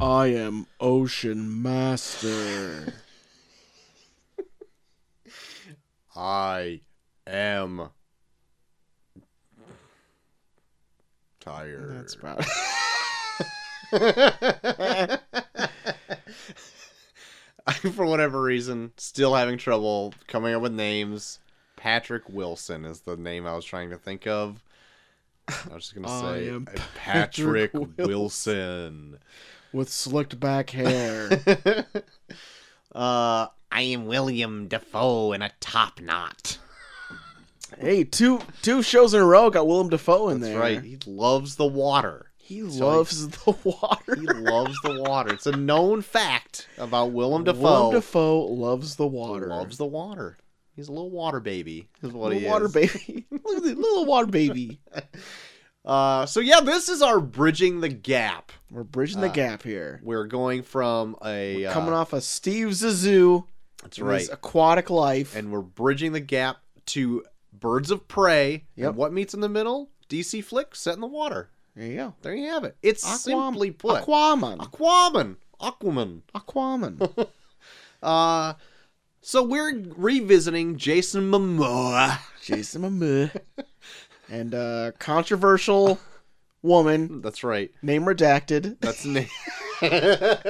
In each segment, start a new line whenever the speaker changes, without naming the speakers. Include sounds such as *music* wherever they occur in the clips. I am Ocean Master.
I am tired. *laughs*
That's about
I, for whatever reason, still having trouble coming up with names. Patrick Wilson is the name I was trying to think of. I was just
*laughs*
gonna
I
say
am
uh,
Patrick
Patrick, Wilson.
With slicked back hair.
uh, I am William Defoe in a top knot.
*laughs* hey, two two shows in a row got Willem Dafoe in
That's
there.
right. He loves the water.
He
So
loves the *laughs* water.
*laughs* He loves the water. It's a known fact about Willem Dafoe.
Willem Dafoe loves the water.
Loves the water. He's a little water baby. Is what
little
he
water
is.
baby. *laughs* Look at the little
*laughs*
water baby.
Uh, so yeah, this is our bridging the gap.
We're bridging the
Uh,
gap here.
We're going from a
We're coming
uh,
off of Steve Zissou.
That's
and
right.
His aquatic life.
and we're bridging the gap to Birds of Prey.
Yep.
And what meets in the middle? DC flick set in the water.
there you go.
There you have it. It's
Aquam-
simply put,
Aquaman.
Aquaman. Aquaman.
Aquaman.
Uh, so we're revisiting Jason Momoa.
Jason Momoa. And uh controversial woman,
That's right.
name redacted.
That's the name. *laughs*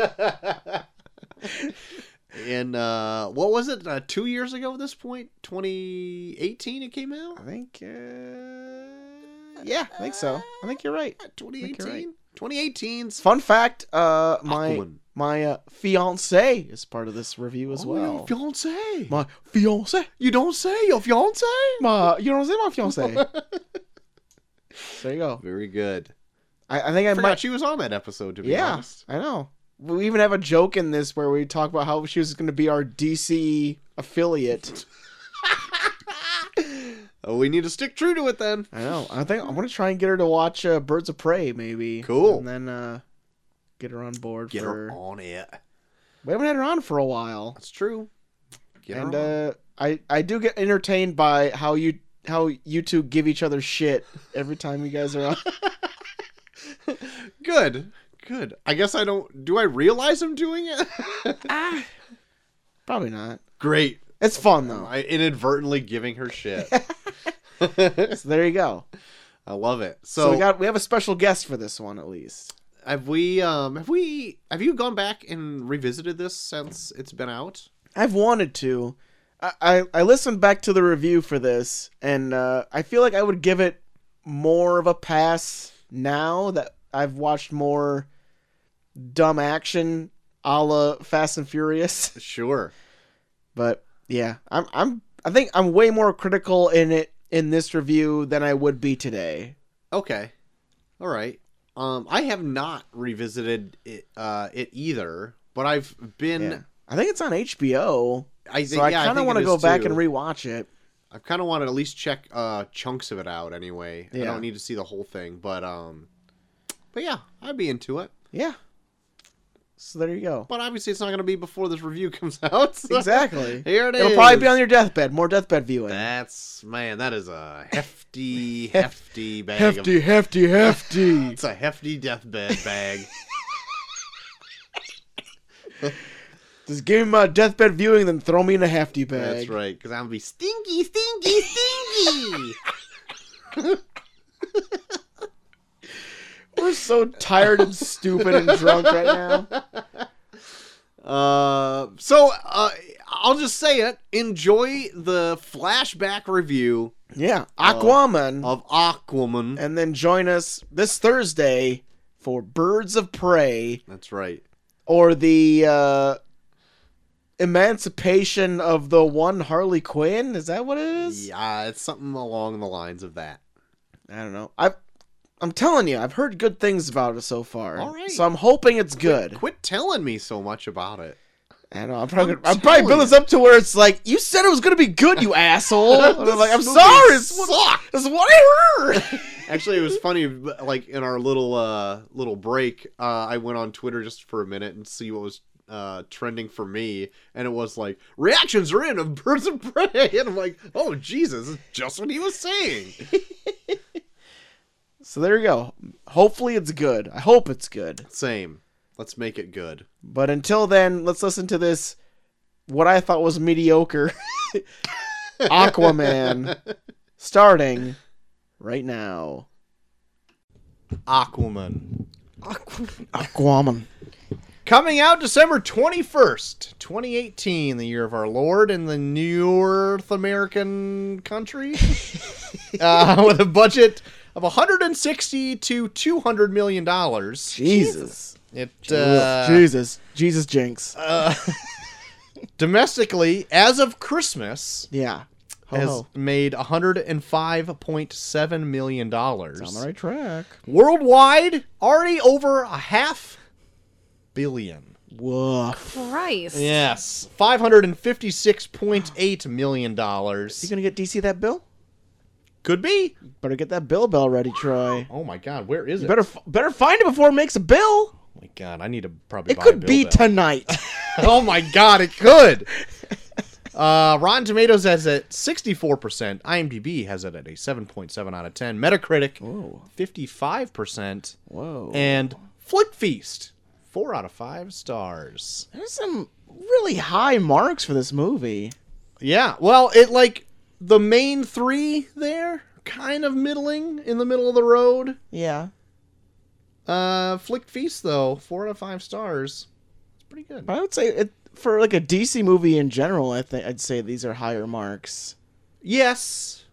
and uh, what was it? Uh, two years ago at this point, 2018, it came out.
I think uh Yeah, I think so. I think you're right.
2018.
right.
2018's
Fun fact, uh my
Aquaman.
my uh, fiance is part of this review as
Oh,
well.
Your fiance.
my fiance.
you don't say your fiance.
My you know what I'm saying, my fiance. there you go.
*laughs* Very good.
I, I think I
I forgot
might
she was on that episode. To be
Yeah.
honest. *laughs*
I know. We even have a joke in this where we talk about how she was going to be our DC affiliate.
Oh, we need to stick true to it then.
I know. I think I'm going to try and get her to watch uh, Birds of Prey, maybe.
Cool.
And then uh, get her on board.
Get
for...
her on it.
We haven't had her on for a while,
That's true. Get
and
her on.
uh, I I do get entertained by how you how you two give each other shit every time you guys are on. *laughs*
Good. Good. I guess I don't. Do I realize I'm doing it? *laughs*
Probably not.
Great.
It's fun though.
I inadvertently giving her
*laughs*
shit. *laughs*
So there you go.
I love it.
So,
So,
we got we have a special guest for this one at least.
have we? Um, have we? Have you gone back and revisited this since it's been out?
I've wanted to. I, I, I listened back to the review for this, and uh, I feel like I would give it more of a pass now that I've watched more dumb action a la Fast and Furious. *laughs*
Sure.
But yeah, I'm I'm I think I'm way more critical in it in this review than I would be today.
Okay. All right. Um, I have not revisited it, uh, it either, but I've been.
Yeah. I think it's on HBO,
I think.
so I
yeah,
kind of
think
want
it
to
is
go back
too.
and rewatch it.
I kind of want to at least check uh, chunks of it out anyway. I
Yeah.
don't need to see the whole thing, but um, but yeah, I'd be into it.
Yeah. So there you
*laughs*
go.
But obviously, it's not going to be before this review *laughs* comes out. so
Exactly.
Here it
It'll
is.
probably be on your deathbed. More deathbed viewing.
That's man, that is a
*laughs*
hefty, hefty bag. Of,
hefty, hefty, hefty.
it's a hefty deathbed
*laughs*
bag.
Just give me my deathbed viewing, then throw me in a hefty bag.
That's right, because I'm gonna be stinky, stinky, stinky. *laughs*
We're so tired and stupid and drunk right now.
uh, so uh, I'll just say it. Enjoy the flashback review
*laughs* Yeah,
Oh.
Aquaman,
of Aquaman.
and then join us this Thursday for Birds of Prey
That's right.
or the uh, Emancipation of the One Harley Quinn. Is that what it is?
Yeah, it's something along the lines of that.
I don't know. I, I'm telling you, I've heard good things about it so far.
All right.
So I'm hoping it's good.
Quit telling me so much about it.
I know. I'm probably,
I'm
I'm probably
telling
building this up to where it's like, you said it was gonna be good, *laughs* you asshole.
*laughs*
And I'm like, I'm
Oh, This movie
sorry. It's what,
sucked.
it's what I *laughs* heard.
Actually, it was funny. but, Like in our little uh little break, uh, I went on Twitter just for a minute and see what was uh trending for me, and it was like reactions are in of Birds of Prey, *laughs* and I'm like, oh Jesus, it's just what he was *laughs* saying.
so there you go. Hopefully it's good. I hope it's good.
Same.
Let's make it good.
But until then, let's listen to this. What I thought was *laughs* mediocre Aquaman starting right now.
Aquaman.
Aquaman.
Coming out December 21st, 2018, the year of our Lord in the North American country, uh, with a budget of 160 to 200 million dollars.
Jesus.
It uh,
Jesus. Jesus Jinx.
uh, domestically, as of Christmas,
yeah. Ho
has
ho.
made 105.7 million dollars.
It's on the right track.
Worldwide, already over a half billion.
Woof.
Christ.
Yes, five hundred and fifty-six point eight million
You
dollars.
gonna get DC that bill?
Could be.
Better get that bill bell ready, Troy.
Oh my God, where is
You
it?
better f- better find it before it makes a bill.
oh my God, I need to probably.
It
buy
could
a
be
Bill Bell.
tonight.
*laughs* oh my God, it
*laughs*
could. Uh, Rotten Tomatoes has it sixty-four percent. IMDb has it at a seven point seven out of ten. Metacritic
Whoa.
fifty-five percent,
Whoa.
and Flick Feast four out of five stars.
There's some really high marks for this movie.
Yeah. Well, it like the main three there, kind of middling in the middle of the road.
Yeah.
Uh, Flick Feast though, four out of five stars. It's pretty good.
But I would say it for like a DC movie in general, I think I'd say these are higher marks.
Yes.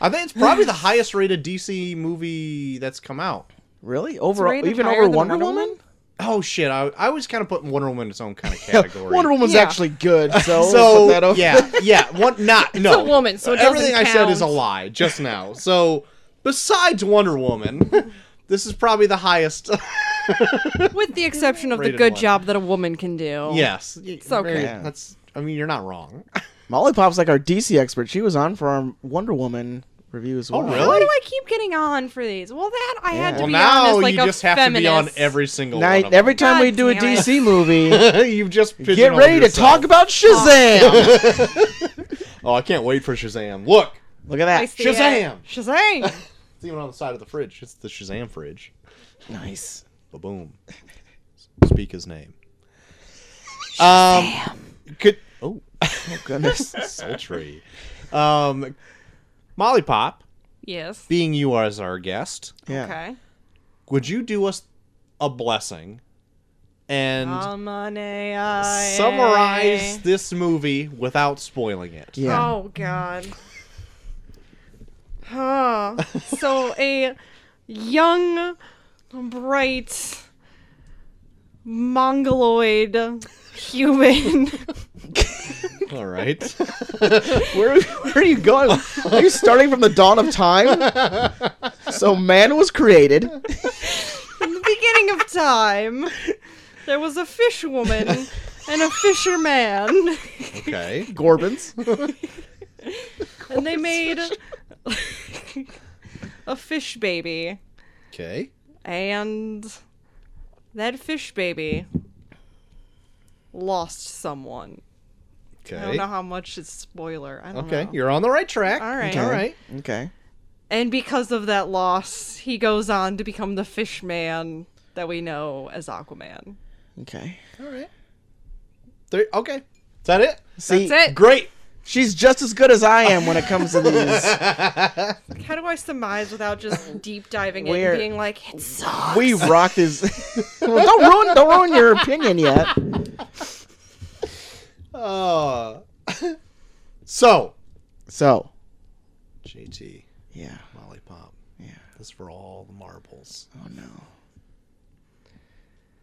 I think it's probably *sighs* the highest rated DC movie that's come out.
Really? Overall
rated
even
higher
over
than
Wonder,
Wonder
Woman?
Oh shit! I, I was kind of putting Wonder Woman in its own *laughs* kind of category.
Wonder Woman's
Yeah.
actually good, so,
so
we'll put that over.
yeah, yeah, one not no.
a woman, so it doesn't
everything I said
count.
is a lie just now. So besides Wonder
*laughs*
Woman, this is probably the highest.
With the exception of the
Rated
good
one.
job that a woman can do.
*laughs* *laughs* yes, it's
okay.
That's I mean you're not wrong.
Molly Pop's like our DC expert. She was on for our Wonder Woman review as well.
really?
Why do I keep getting on for these? Well, that I had to
well
be
now
honest, like
you
a
just have to be on
feminist.
every single
Now,
one. Of
every
them.
time we
God
do a
damn it.
DC movie,
them. *laughs* you've just
get
pigeonholed
ready to
yourself.
talk about Shazam.
Oh, I can't wait for Shazam. Look,
Look at
I
that.
see it.
Shazam! *laughs*
Shazam!
it's even on the side of the fridge. It's the Shazam fridge.
Nice.
Ba
*laughs*
boom. Speak his name. Um, could oh
Oh
*laughs*
goodness.
sultry. Um, Molly Pop,
yes.
being you as our guest,
Yeah.
Okay.
would you do us a blessing and
Um, an AI.
summarize this movie without spoiling
*laughs*
it?
Yeah.
Oh God. Huh.
*laughs*
so a young, bright, mongoloid human.
All right.
Where, where are you going? Are you starting from the dawn of time? *laughs* So man was created.
In the beginning of time, there was a fish woman and a fisherman,
*laughs* Okay.
Gorbins.
and they made a fish baby.
Okay.
And that fish baby lost someone. I don't
Okay.
know how much is spoiler. I don't
Okay.
know.
You're on the right track.
All right.
All right.
Okay.
And because of that loss, he goes on to become the fish man that we know as Aquaman.
Okay.
All right. Three. Okay. Is that it?
See,
That's it.
Great.
she's just as good as I am when it comes to
*laughs*
these.
How do I surmise without just deep diving it
Where-
and being like, it sucks?
We rock this. *laughs* well, don't ruin, don't ruin your opinion yet.
Uh, *laughs* so,
So,
JT,
yeah.
Molly Pop.
Yeah.
This is for all the marbles.
Oh no.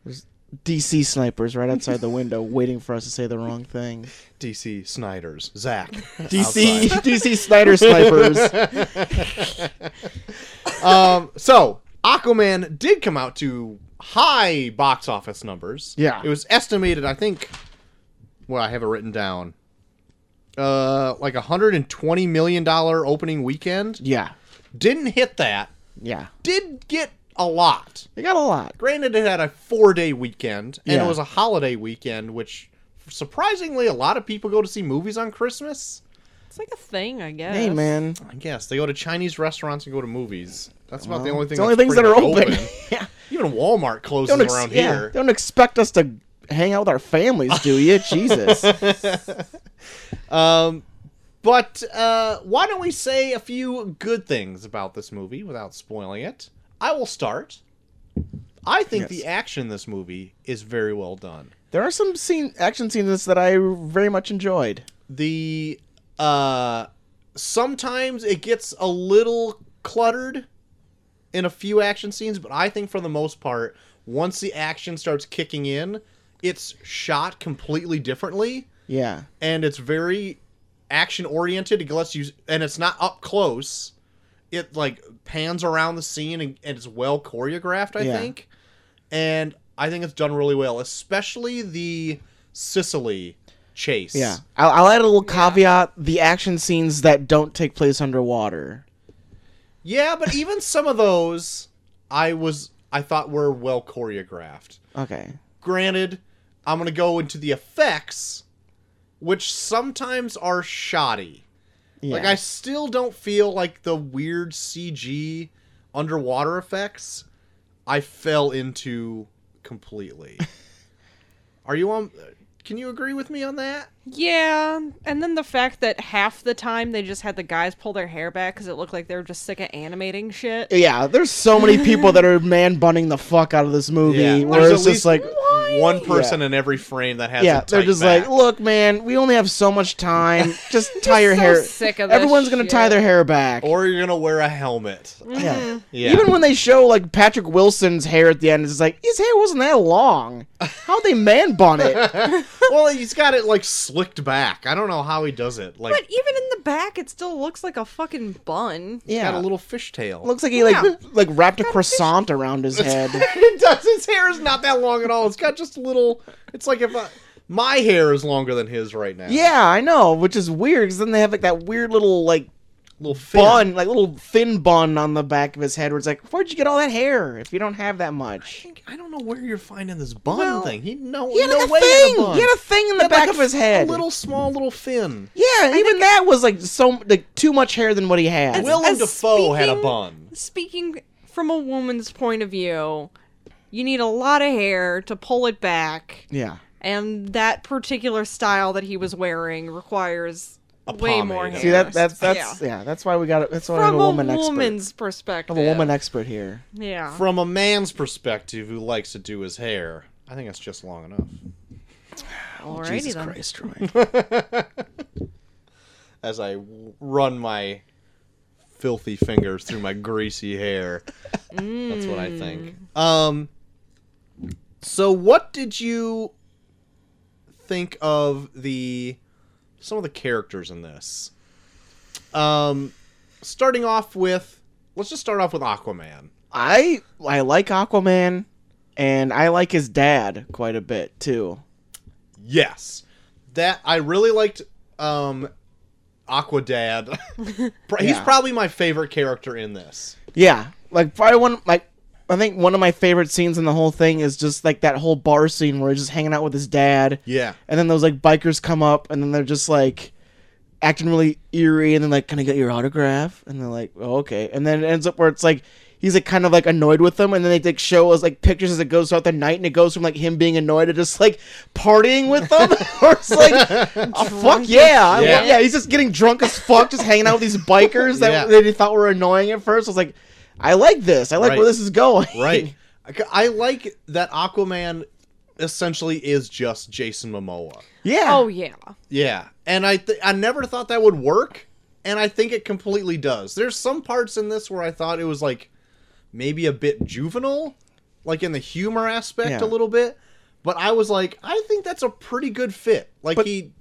There's DC snipers right outside the window waiting for us to say the wrong thing.
DC Snyder's.
*laughs*
Zach. *laughs*
DC DC Snyder snipers. *laughs*
um, so, Aquaman did come out to high box office numbers.
Yeah.
It was estimated, I think, well, I have it written down, uh, like a $120 million opening weekend.
*laughs* Yeah.
Didn't hit that.
Yeah.
Did get a lot.
They got a lot.
granted it had a four day weekend and
Yeah.
it was a holiday weekend which surprisingly a lot of people go to see movies on christmas
It's like a thing, I guess.
Hey man.
i guess they go to chinese restaurants and go to movies that's about the only thing
it's the only things
that's
that
pretty
are
much
open. *laughs* yeah.
you *laughs* Even Walmart closes
Don't ex-
around
yeah,
here.
Don't expect us to hang out with our families, do
*laughs*
you? Jesus.
Um, but uh, why don't we say a few good things about this movie without spoiling it? I will start. I think
Yes.
the action in this movie is very well done.
There are some scene action scenes that I very much enjoyed.
The uh, sometimes it gets a little cluttered in a few action scenes, but I think for the most part, once the action starts kicking in, it's shot completely differently.
Yeah.
and it's very action oriented. It lets you, and it's not up close. It like pans around the scene and, and it's well choreographed. I
Yeah.
think, and I think it's done really well, especially the Sicily chase.
Yeah. I'll, I'll add a little caveat the action scenes that don't take place underwater.
yeah, but even some of those, I was I thought were well choreographed.
Okay.
Granted, I'm gonna go into the effects, which sometimes are shoddy.
Yeah.
Like I still don't feel like the weird CG underwater effects I fell into
*laughs*
completely. Are you on Can you agree with me on that?
Yeah, and then the fact that half the time they just had the guys pull their hair back because it looked like they were just sick of animating shit.
yeah, there's so many people that are man bunning the fuck out of this movie. where it's
There's at
just
least
like,
one person in every frame that has
yeah,
a
they're
tight
just
back.
like, look, man, we only have so much *laughs* time. Just tie your
so
hair.
sick of this
Everyone's gonna tie
shit.
their hair back.
or you're going to wear
*laughs*
a helmet.
yeah. *laughs*
Yeah.
Even when they show like Patrick Wilson's hair at the end, it's just like his hair wasn't that long. How'd they man bun it? *laughs*
well, he's got it like slicked back. I don't know how he does it. Like
But even in the back, it still looks like a fucking bun.
Yeah.
got a little fishtail. *laughs*
Looks like he like *laughs* like wrapped a croissant around his head.
it does. His hair is not that long at all. It's got just a little. It's like if I, my hair is longer than his right now.
Yeah, I know, which is weird because then they have like that weird little like
little fin.
bun, like little thin bun on the back of his head, where it's like, where'd you get all that hair if you don't have that much?
I don't know where you're finding this bun
Well,
thing. He no,
He had
no
like, a
way
thing.
He had a bun.
He had a thing in the
He had,
back
like,
of
a-
his head.
a little small little fin.
yeah, even that was like so like too much hair than what he had.
Well-
Willem
as
Dafoe had a
speaking-
bun.
Speaking from a woman's point of view, you need a lot of hair to pull it back,
yeah,
and that particular style that he was wearing requires way
pomade.
more hair.
see that that's
So,
that's yeah, that's why we got it. That's why we have
From
a woman
a
expert.
woman's perspective.
Have a woman expert here.
Yeah.
From a man's perspective, who likes to do his hair, I think that's just long enough.
Alrighty
Jesus
then.
Christ, Roy.
As I w- run my filthy fingers through my greasy hair, that's what I think. Um. So, what did you think of the some of the characters in this? Um, starting off with, let's just start off with Aquaman.
I I like Aquaman, and I like his dad quite a bit too.
Yes. That I really liked um Aquadad. Pro- *laughs* He's
Yeah.
probably my favorite character in this.
Yeah, like probably one like I think one of my favorite scenes in the whole thing is just like that whole bar scene where he's just hanging out with his dad,
Yeah.
and then those like bikers come up, and then they're just like acting really eerie, and then like, "Can I get your autograph?" And they're like, oh, "Okay," and then it ends up where it's like he's like kind of like annoyed with them, and then they like show us like pictures as it goes throughout the night, and it goes from like him being annoyed to just like partying with them, *laughs* or it's like, oh, "Fuck yeah, I-
Yeah.
yeah, He's just getting drunk as fuck, just hanging out with these bikers that,
Yeah.
that he thought were annoying at first. I was like, I like this. I like
Right.
where this is going.
Right. *laughs* I c- I like that Aquaman essentially is just Jason Momoa.
*laughs* yeah.
Oh yeah.
Yeah. And I th- I never thought that would work, and I think it completely does. There's some parts in this where I thought it was like maybe a bit juvenile, like in the humor aspect
Yeah.
a little bit, but I was like, I think that's a pretty good fit. Like
But-
he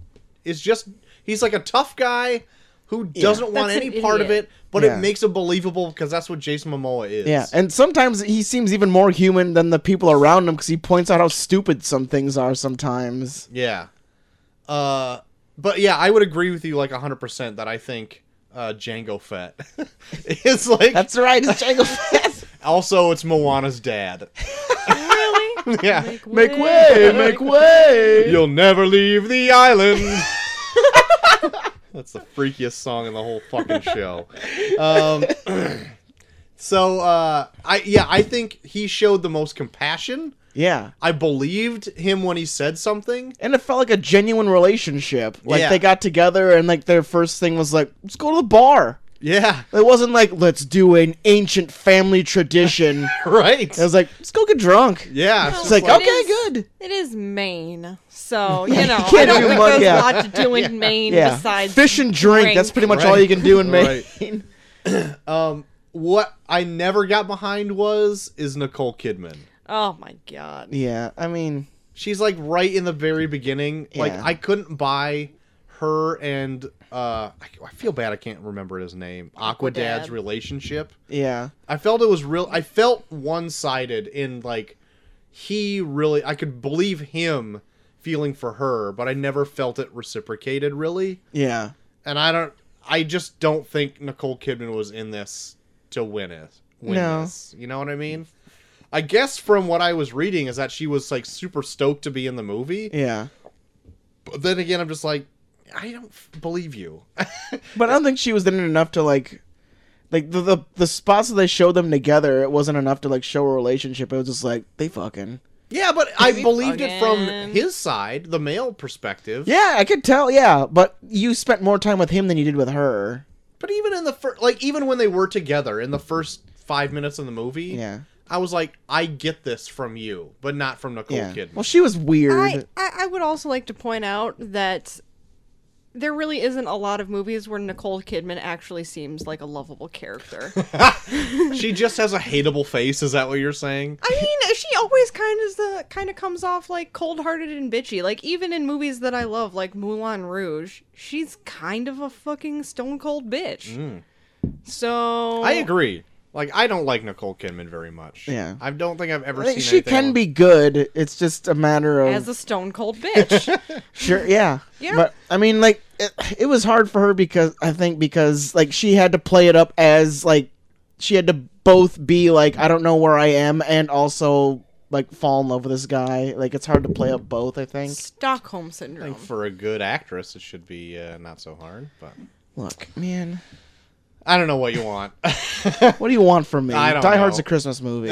is just he's like a tough guy who doesn't want
That's an
any part of
idiot.
it, but
Yeah.
it makes it believable because that's what Jason Momoa is.
Yeah, and sometimes he seems even more human than the people around him because he points out how stupid some things are sometimes.
Yeah. Uh, but yeah, I would agree with you like 100% that I think uh, Django Fett *laughs* is like.
That's right, it's *laughs* Jango Fett.
also, it's Moana's dad.
Really?
*laughs*
Yeah.
Make way, make way.
You'll never leave the island. *laughs* That's the freakiest song in the whole fucking show. Um, *clears throat* So uh, I yeah, I think he showed the most compassion.
Yeah.
I believed him when he said something.
And it felt like a genuine relationship. Like
Yeah.
they got together and like their first thing was like, let's go to the bar.
Yeah,
It wasn't like let's do an ancient family tradition.
*laughs* right.
it was like let's go get drunk.
Yeah,
No.
It's like
It
okay,
is-
good.
It is Maine,
*laughs*
so you know.
can't
I don't
do
think
much-
there's
yeah.
a lot to do in Maine
Yeah,
besides
fish and drink. That's pretty much all
Right.
you can do in Maine. *laughs*
um, what I never got behind was is Nicole Kidman.
Oh my god.
Yeah, I mean,
She's like right in the very beginning. Like
Yeah.
I couldn't buy her and uh, I, I feel bad. I can't remember his name. Aqua Dad's
Aquadad.
relationship.
yeah,
I felt it was real. I felt one sided in like he really. I could believe him feeling for her, but I never felt it reciprocated really.
yeah.
And I don't. I just don't think Nicole Kidman was in this to win it. Win
No.
this. You know what I mean? I guess from what I was reading is that she was like super stoked to be in the movie.
Yeah.
But then again, I'm just like, I don't f- believe you. *laughs*
But I don't think she was in it enough to like like the, the the spots that they showed them together, it wasn't enough to like show a relationship. It was just like they fucking
yeah, but I believed it from
Fucking-
his side, the male perspective.
Yeah, I could tell, yeah. But you spent more time with him than you did with her.
But even in the first, like even when they were together in the first five minutes of the movie,
Yeah.
I was like, I get this from you, but not from Nicole
Yeah.
Kidman.
Well she was weird.
I, I I would also like to point out that there really isn't a lot of movies where Nicole Kidman actually seems like a lovable character.
she just has a hateable face. Is that what you're saying?
*laughs*
I mean, she always kind of the kind of comes off like cold-hearted and bitchy. Like even in movies that I love, like Moulin Rouge, she's kind of a fucking stone cold bitch.
Mm.
So
I agree. Like I don't like Nicole Kidman very much.
Oh. Yeah.
I don't think I've ever
Like,
seen.
she
anything
can
on-
be good. It's just a matter of
As a stone cold bitch.
sure, yeah.
Yeah.
But I mean, like it, it was hard for her because I think because like she had to play it up as like she had to both be like I don't know where I am and also like fall in love with this guy. Like it's hard to play up both. I think.
Stockholm
I
syndrome.
think for a good actress, it should be uh, not so hard. But
Look, man,
I don't know what
*laughs*
you want. *laughs*
what do you want from me?
I don't
Die Hard's
know.
a Christmas
*laughs*
movie.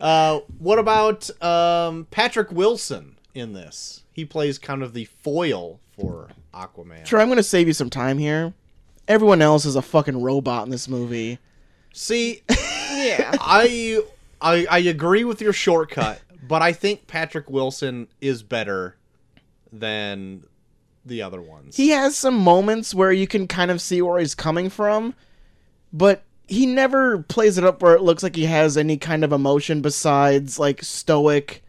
uh, what about um, Patrick Wilson in this? He plays kind of the foil for Aquaman.
sure, I'm gonna save you some time here. Everyone else is a fucking robot in this movie. *laughs*
See,
yeah.
I, I I agree with your shortcut, but I think Patrick Wilson is better than the other ones.
he has some moments where you can kind of see where he's coming from, but he never plays it up where it looks like he has any kind of emotion besides like stoic.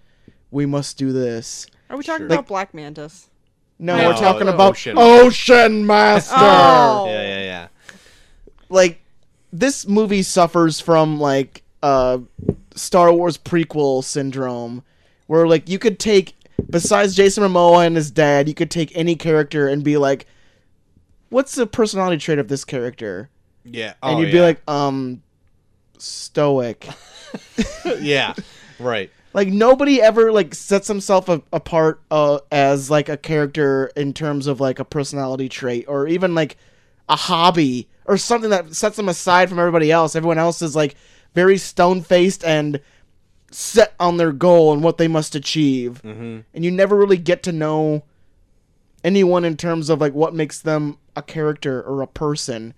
We must do this.
Are we talking
Sure.
about Black Mantis?
No,
No,
we're talking
it's
about
Ocean.
Ocean, Master.
Oh.
yeah, yeah, yeah.
Like this movie suffers from like uh Star Wars prequel syndrome, where like you could take besides Jason Momoa and his dad, you could take any character and be like, "What's the personality trait of this character?"
Yeah.
and
oh,
you'd be like, um, stoic.
*laughs* yeah, right.
like nobody ever like sets himself a- apart uh, as like a character in terms of like a personality trait or even like a hobby or something that sets them aside from everybody else. Everyone else is like very stone faced and set on their goal and what they must achieve, mm-hmm. and you never really get to know anyone in terms of like what makes them a character or a person.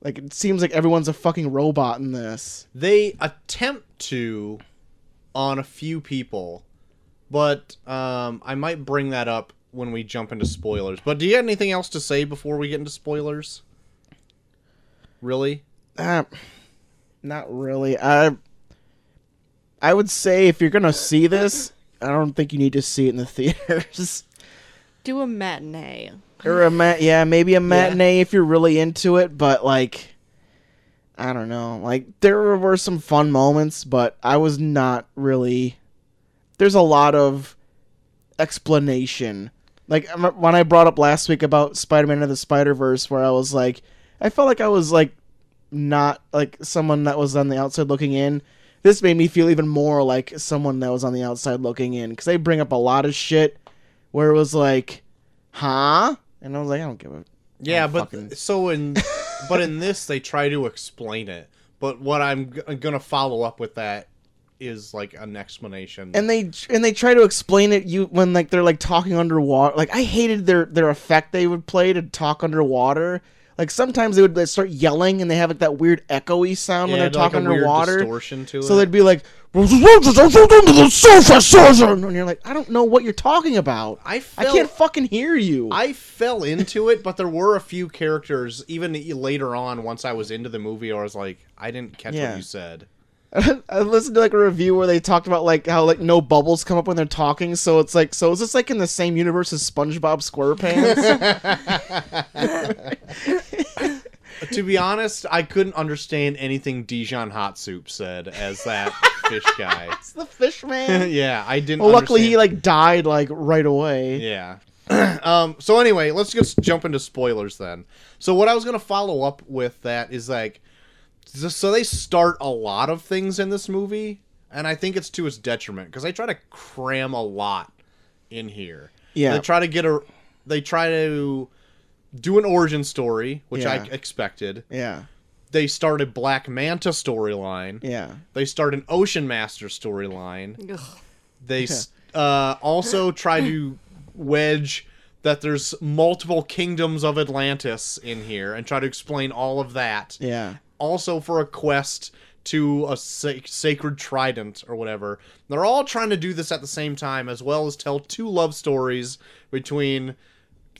Like it seems like everyone's a fucking robot in this.
They attempt to on a few people, but um, I might bring that up when we jump into spoilers. But do you have anything else to say before we get into spoilers? Really?
Uh, not really. I I would say if you're gonna see this, I don't think you need to see it in the *laughs* theaters
Do a matinee.
or a mat. Yeah, maybe a matinee if you're really into it. But like, I don't know. Like there were some fun moments, but I was not really. There's a lot of explanation. Like I'm- when I brought up last week about Spider-Man and the Spider-Verse, where I was like, I felt like I was like not like someone that was on the outside looking in. This made me feel even more like someone that was on the outside looking in because they bring up a lot of shit where it was like, huh? And I was like, I don't give a.
Yeah, *laughs* but
fucking-
so in but in this they try to explain it, But what I'm g- gonna follow up with that is like an explanation.
and they and they try to explain it you when like they're like talking underwater like i hated their their effect they would play to talk underwater like sometimes they would like, start yelling and they have like that weird echoey sound when
Yeah,
they're
like
talking
a weird
underwater
distortion to
so
it.
they'd be like and you're like i don't know what you're talking about
I
i
felt
can't fucking hear you
I fell into it, but there were a few characters even e, later on. Once I was into the movie, I was like, I didn't catch
Yeah.
what you said.
*laughs* I listened to like a review where they talked about like how like no bubbles come up when they're talking, so it's like so is this like in the same universe as SpongeBob SquarePants?
to be honest, I couldn't understand anything Dijon Hot Soup said as that fish
*laughs*
guy.
it's the fish man.
*laughs* yeah, I didn't.
Well, luckily he
understand-
like died like right away.
Yeah. *clears throat* um. So anyway, let's just jump into spoilers then. So what I was gonna follow up with that is like, s- so they start a lot of things in this movie, and I think it's to its detriment because they try to cram a lot in here.
Yeah.
They try to get a. They try to do an origin story, which I
Yeah.
expected.
Yeah,
They start a Black Manta storyline.
yeah.
They start an Ocean Master storyline.
Ugh.
They s uh, also try to wedge that there's multiple kingdoms of Atlantis in here and try to explain all of that.
Yeah.
Also, for a quest to a sa- sacred trident or whatever. They're all trying to do this at the same time, as well as tell two love stories between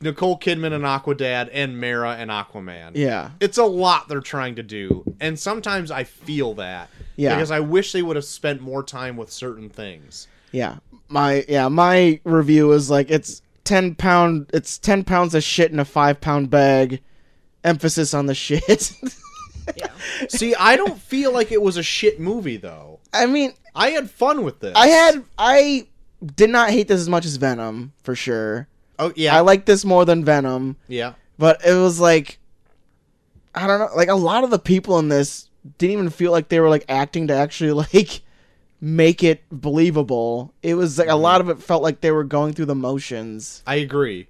Nicole Kidman and Aquadad and Mara and Aquaman
Yeah.
it's a lot they're trying to do and sometimes i feel that
Yeah.
because i wish they would have spent more time with certain things
Yeah. My yeah, my review is like it's ten pound it's ten pounds of shit in a five pound bag. Emphasis on the shit. *laughs*
see i don't feel like it was a shit movie though
I mean,
i had fun with this
I had I did not hate this as much as Venom, for sure.
oh yeah
I like this more than Venom,
yeah
but it was like I don't know, like a lot of the people in this didn't even feel like they were like acting to actually *laughs* like make it believable. It was like a lot of it felt like they were going through the motions.
i agree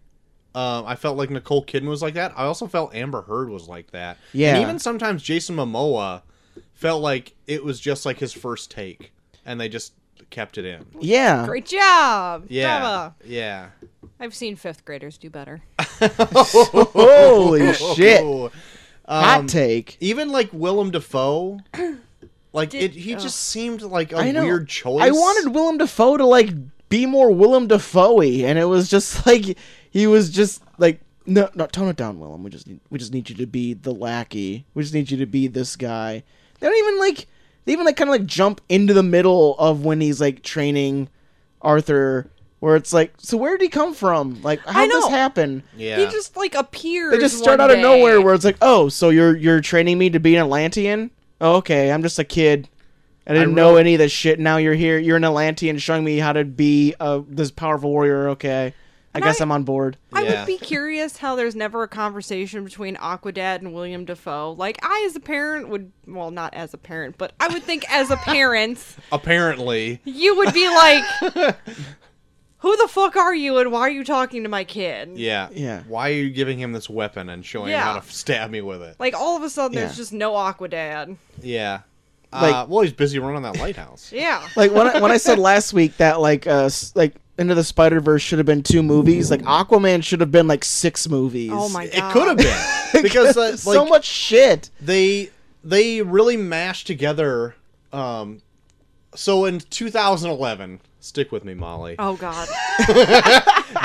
um, I felt like Nicole Kidman was like that. I also felt Amber Heard was like that.
Yeah.
And even sometimes Jason Momoa felt like it was just like his first take, and they just kept it in.
Yeah.
Great job.
Yeah.
Bravo.
Yeah.
I've seen fifth graders do better.
Holy shit.
Oh.
Hot
Um,
take.
even like Willem Dafoe, like it, he
ugh.
just seemed like a
I know.
weird choice.
I wanted Willem Dafoe to like be more Willem Dafoe, and it was just *laughs* like he was just like no, no, tone it down, Willem. We just need, we just need you to be the lackey. We just need you to be this guy. They don't even like they even like kind of like jump into the middle of when he's like training Arthur, where it's like, so where did he come from? Like, how did this
know.
happen?
Yeah,
He just like appears.
They just start
one
out of
day.
nowhere where it's like, oh, so you're you're training me to be an Atlantean? Oh, okay, I'm just a kid. I didn't know
really-
any of this shit. Now you're here. You're an Atlantean, showing me how to be uh, this powerful warrior. Okay, I
And
guess I,
I-
am on board.
I
Yeah.
would be curious how there's never a conversation between Aquadad and William Defoe. Like I, as a parent, would well, not as a parent, but I would think as
*laughs*
a parent,
apparently.
you would be like, "Who the fuck are you, and why are you talking to my kid?"
Yeah,
Yeah.
Why are you giving him this weapon and showing him how
Yeah.
to stab me with it?
Like all of a sudden,
Yeah.
there's just no Aquadad.
Yeah. uh,
Like-
well, he's busy running that lighthouse.
*laughs* Yeah,
Like when I, when I
*laughs*
said last week that like uh s- like Into the Spider Verse should have been two movies. Like Aquaman should have been like six movies.
Oh my
It
God.
could
*laughs*
have been because uh, like,
so much shit.
they they really mashed together. Um, so in 2011, stick with me, Molly.
Oh god.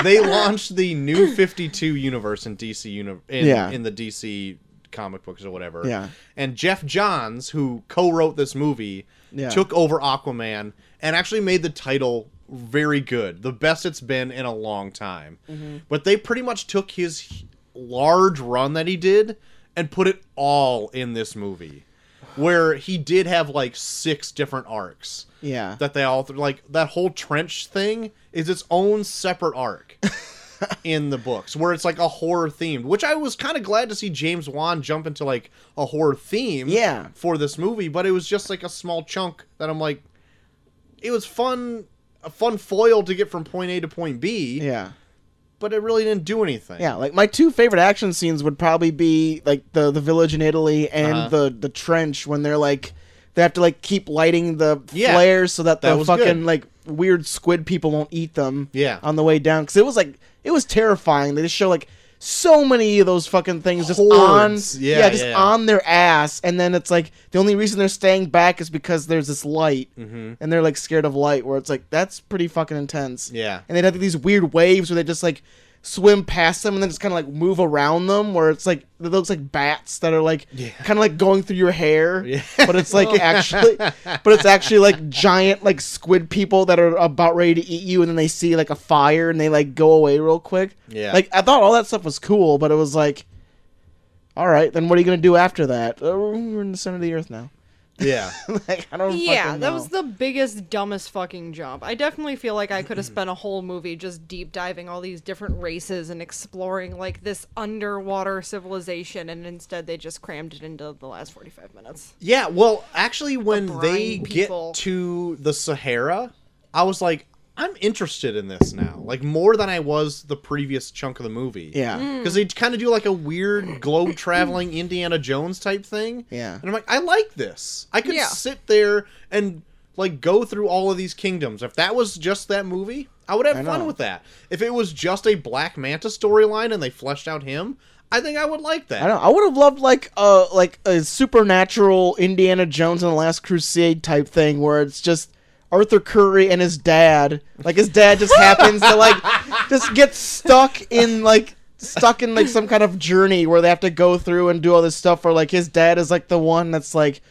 they launched the new 52 universe in DC uni- in,
Yeah.
in the DC comic books or whatever.
Yeah.
And Jeff Johns, who co-wrote this movie,
Yeah.
took over Aquaman and actually made the title very good, the best it's been in a long time.
Mm-hmm.
But they pretty much took his h- large run that he did and put it all in this movie. Where he did have like six different arcs
Yeah.
that they all like that whole trench thing is its own separate
*laughs*
arc in the books where it's like a horror themed which i was kind of glad to see james wan jump into like a horror theme
Yeah.
for this movie but it was just like a small chunk that i'm like it was fun a fun foil to get from point a to point b
yeah.
but it really didn't do anything.
Yeah, like my two favorite action scenes would probably be like the the village in Italy and
Uh-huh.
the the trench when they're like they have to like keep lighting the
Yeah.
flares so that
That
the
was
fucking
good.
like weird squid people won't eat them.
Yeah.
on the way down because it was like it was terrifying. They just show like so many of those fucking things just
Hordes.
on
Yeah,
just
yeah.
on their ass, and then it's like the only reason they're staying back is because there's this light,
Mm-hmm.
and they're like scared of light. Where it's like that's pretty fucking intense
Yeah.
and they'd have these weird waves where they just like swim past them and then just kind of like move around them where it's like it looks like bats that are like kind of like going through your hair
Yeah.
but it's
*laughs*
like actually but it's actually like giant like squid people that are about ready to eat you and then they see like a fire and they like go away real quick
Yeah.
like i thought all that stuff was cool but it was like all right then what are you gonna do after that oh, we're in the center of the earth now *laughs*
Yeah.
like i don't
Yeah,
fucking
that
know.
was the biggest, dumbest fucking jump. I definitely feel like I could have spent a whole movie just deep diving all these different races and exploring like this underwater civilization, and instead they just crammed it into the last 45 minutes.
Yeah, well, actually, when
brine
they
people.
get to the Sahara, I was like, I'm interested in this now, like more than I was the previous chunk of the movie.
yeah
Mm.
Because they kind of do like a weird globe traveling *clears throat* Indiana Jones type thing.
Yeah.
And I'm like, I like this. I could
Yeah.
sit there and like go through all of these kingdoms. If that was just that movie, I would have
I know.
fun with that. If it was just a Black Manta storyline and they fleshed out him, I think I would like that.
I don't. I would have loved like a like a supernatural Indiana Jones and the Last Crusade type thing where it's just Arthur Curry and his dad. Like his dad just happens to
*laughs*
like just get stuck in like stuck in like some kind of journey where they have to go through and do all this stuff. Where like his dad is like the one that's like,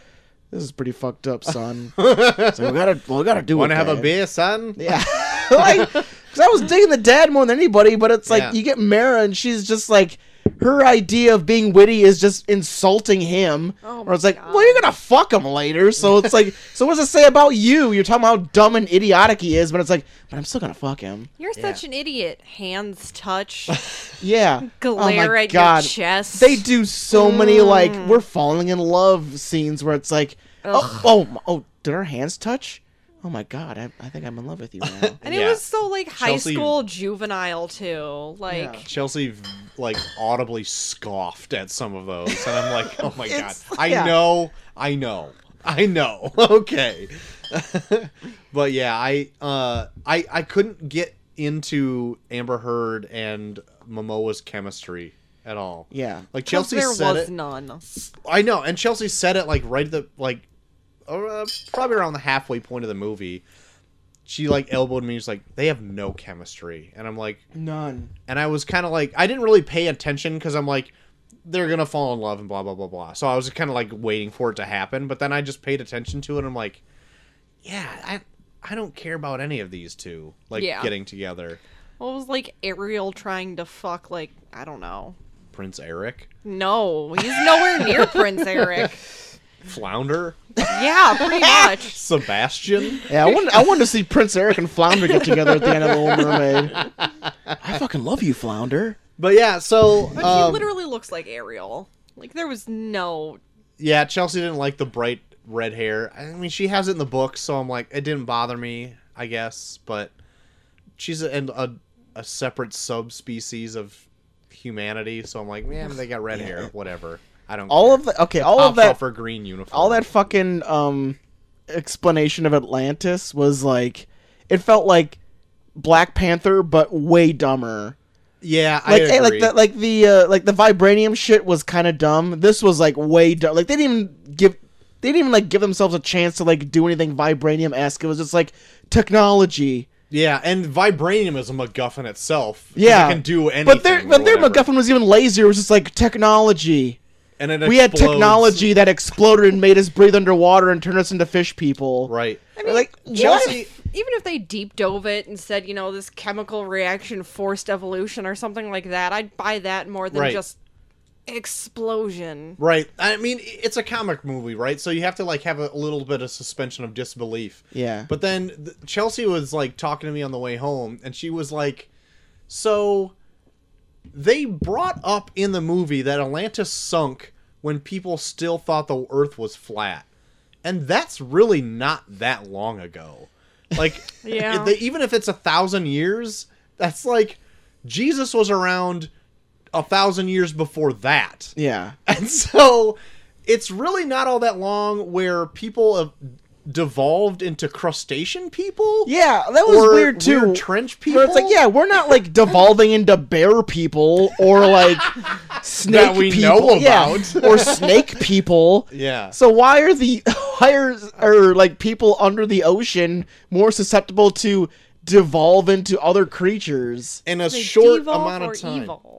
this is pretty fucked up,
*laughs*
son. so we gotta we gotta do.
Want to
it,
have a
Dad."
beer, son?
Yeah. *laughs* like, because I was digging the dad more than anybody, but it's like
Yeah.
you get Mara and she's just like, her idea of being witty is just insulting him.
Oh
or it's
my
like,
God.
well, you're going to fuck him later. So it's
*laughs*
like, so what does it say about you? You're talking about how dumb and idiotic he is, but it's like, but I'm still going to fuck him.
You're such an idiot. Hands
*laughs*
touch,
Yeah.
glare
oh my
at
God.
your chest. Mm.
They do so many, like, we're falling in love scenes where it's like, oh, oh, oh, did our hands touch? Oh my God, I, I think I'm in love with you
*laughs*
now.
And
Yeah.
it was so like high
Chelsea-
school juvenile too. Like
Chelsea v- like audibly scoffed at some of those, and I'm like, oh my god,
It's-
I
yeah.
know, I know, I know. *laughs* Okay, but yeah, I uh, I I couldn't get into Amber Heard and Momoa's chemistry at all.
Yeah.
like
'cause
Chelsea
there
said
was
it.
none.
I know, and Chelsea said it like right at the like uh, probably around the halfway point of the movie. She like elbowed me. She's like, they have no chemistry, and I'm like,
None.
and I was kind of like I didn't really pay attention because I'm like they're gonna fall in love and blah blah blah blah. So I was kind of like waiting for it to happen, but then I just paid attention to it. and I'm like, yeah, I I don't care about any of these two like
Yeah.
getting together.
What was like Ariel trying to fuck like I don't know.
Prince Eric,
No, he's nowhere near Prince *laughs* Eric.
Flounder,
Yeah, *laughs* pretty much.
Sebastian.
Yeah, I wanted, I wanted to see Prince Eric and Flounder get together at the end of The Little Mermaid. I fucking love you, Flounder.
But yeah, so
But he
um,
literally looks like Ariel. Like there was no.
yeah, Chelsea didn't like the bright red hair. I mean, she has it in the book, so I'm like, it didn't bother me, I guess. But she's a, and a a separate subspecies of humanity, so I'm like, man, they got red hair, whatever. I don't.
All
care.
of the okay, all
Pops
of that,
off her green uniform.
all that fucking um explanation of Atlantis was like, it felt like Black Panther, but way dumber.
Yeah,
Like, eh,
I agree.
like the like the uh, like the vibranium shit was kind of dumb. This was like way dumb. Like they didn't even give. They didn't even like give themselves a chance to like do anything vibranium esque. It was just like technology.
yeah, and vibranium is a MacGuffin itself. 'cause
Yeah,
it can do anything.
But their but their
whatever.
MacGuffin was even lazier. It was just like technology.
And it
We had
explodes.
technology that exploded and made us breathe underwater and turn us into fish people.
Right.
like
Chelsea-
what?
Even if they deep dove it and said, you know, this chemical reaction forced evolution or something like that, I'd buy that more than
Right.
just explosion.
Right. I mean, i- it's a comic movie, right? So you have to like have a little bit of suspension of disbelief.
Yeah.
But then th- Chelsea was like talking to me on the way home, and she was like, "So they brought up in the movie that Atlantis sunk when people still thought the Earth was flat, and that's really not that long ago. Like,
Yeah.
if they- even if it's a thousand years, that's like." Jesus was around a thousand years before that.
Yeah.
*laughs* And so it's really not all that long where people have devolved into crustacean people.
Yeah, that was
or
weird too.
weird trench people.
Where it's like, yeah, we're not like devolving into bear people or like snake
*laughs* That we
people.
know
Yeah, *laughs*
about.
or snake people.
Yeah.
So why are the *laughs* why are, are like people under the ocean more susceptible to devolve into other creatures?
in a
They
short
devolve
amount
or
of time.
Evolve.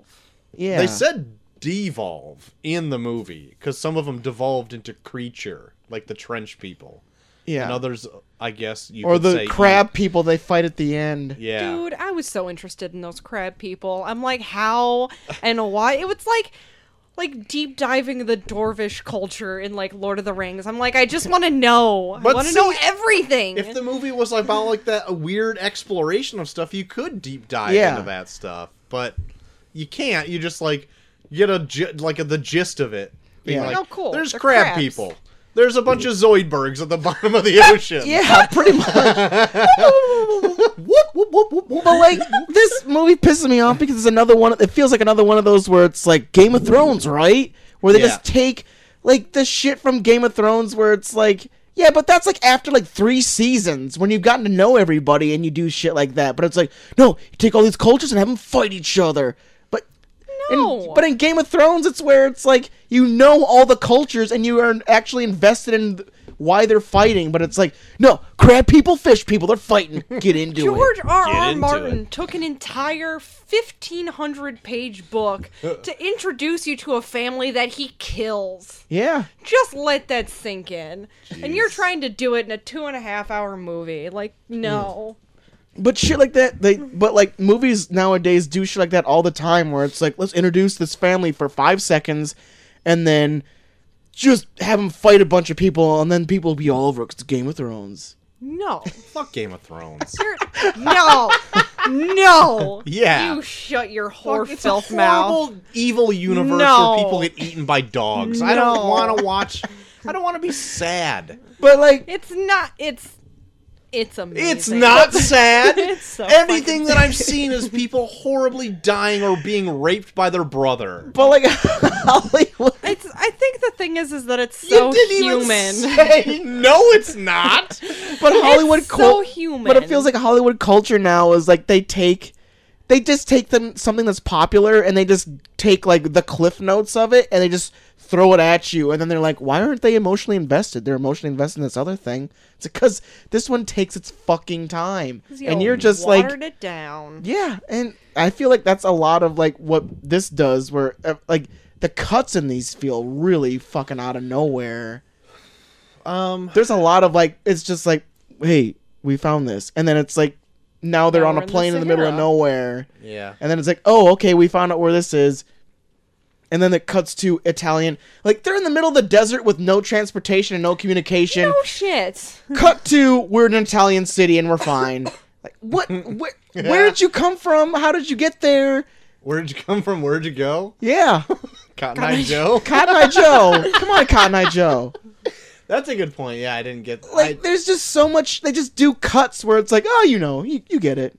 Yeah.
They said devolve in the movie because some of them devolved into creature, like the trench people.
yeah.
And others, I guess you
or
could
the
say
crab people they fight at the end. *laughs*
eat- Yeah.
Dude, I was so interested in those crab people. I'm like, how and why? It was like like deep diving the Dorvish culture in like Lord of the Rings. I'm like, I just want to know. I
But
want to
see,
know everything.
If the movie was about like that a weird exploration of stuff, you could deep dive
Yeah.
into that stuff, but you can't. You just like get a gi- like a, the gist of it. Being
Yeah.
like,
Oh, cool.
There's
They're
crab
crabs."
people. There's a bunch of Zoidbergs at the *laughs* bottom of the ocean.
Yeah, Uh, pretty *laughs* much.
Whoop, whoop, whoop, whoop, whoop.
But like this movie pisses me off because it's another one. It feels like another one of those where it's like Game of Thrones, right? Where they
Yeah.
just take like the shit from Game of Thrones, where it's like, yeah, but that's like after like three seasons when you've gotten to know everybody and you do shit like that. But it's like, no, you take all these cultures and have them fight each other. But in-
No.
but in Game of Thrones, it's where it's like you know all the cultures and you are actually invested in th- why they're fighting. But it's like no crab people, fish people, they're fighting. Get into it.
George R.
Get
R.
into
Martin took an entire 1,500 page book to
*laughs*
introduce you to a family that he kills.
Yeah.
Just let that sink in. And you're trying to do it in a two and a half hour movie. Like,
Hmm.
no.
But shit like that, they but like movies nowadays do shit like that all the time, where it's like let's introduce this family for five seconds, and then just have them fight a bunch of people, and then people will be all over because it's Game of Thrones.
No.
Fuck Game of
*laughs*
Thrones.
You're- no, no.
*laughs* Yeah.
you shut your whore
It's
filth
a
mouth.
horrible, evil universe
No.
where people get eaten by dogs. I don't
No.
want to watch. I don't want to be sad.
But like,
It's not. It's it's amazing.
It's
*laughs*
not sad.
It's so
Everything
fucking
that I've seen is people horribly dying or being raped by their brother.
but like *laughs* Hollywood.
It's. I think the thing is, is that it's so human. *laughs*
say no. It's not.
But Hollywood
so
cul-
human.
But it feels like Hollywood culture now is like they take they just take them something that's popular and they just take like the cliff notes of it and they just throw it at you and then they're like, why aren't they emotionally invested? They're emotionally invested in this other thing. It's because this one takes its fucking time. And you're just like
watered it down.
yeah, and I feel like that's a lot of like what this does, where uh, like the cuts in these feel really fucking out of nowhere. Um, there's a lot of like it's just like, hey, we found this, and then it's like now they're
Now
on
we're
a
in the
plane in the, middle of
Sahara.
nowhere,
Yeah.
and then it's like, oh, okay, we found out where this is, and then it cuts to Italian, like they're in the middle of the desert with no transportation and no communication. *laughs*
Oh shit!
Cut to we're in an Italian city and we're
*laughs*
fine. like what? Where, where did you come from? How did you get there?
Where'd you come from? Where'd you go?
Yeah,
Cotton Eye Joe.
Cotton Eye Joe. Come on, Cotton Eye Joe.
That's a good point. Yeah, I didn't get.
Like
I-
there's just so much. They just do cuts where it's like, oh, you know, you, you get it.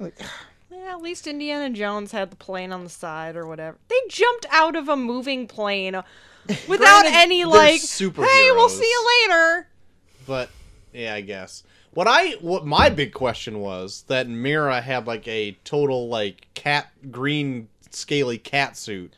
Yeah, at least Indiana Jones had the plane on the side or whatever. They jumped out of a moving plane without
Granted,
any
they're
like, hey, we'll
superheroes.
see you later.
but yeah, I guess. What I what my big question was that Mira had like a total like cat green scaly cat suit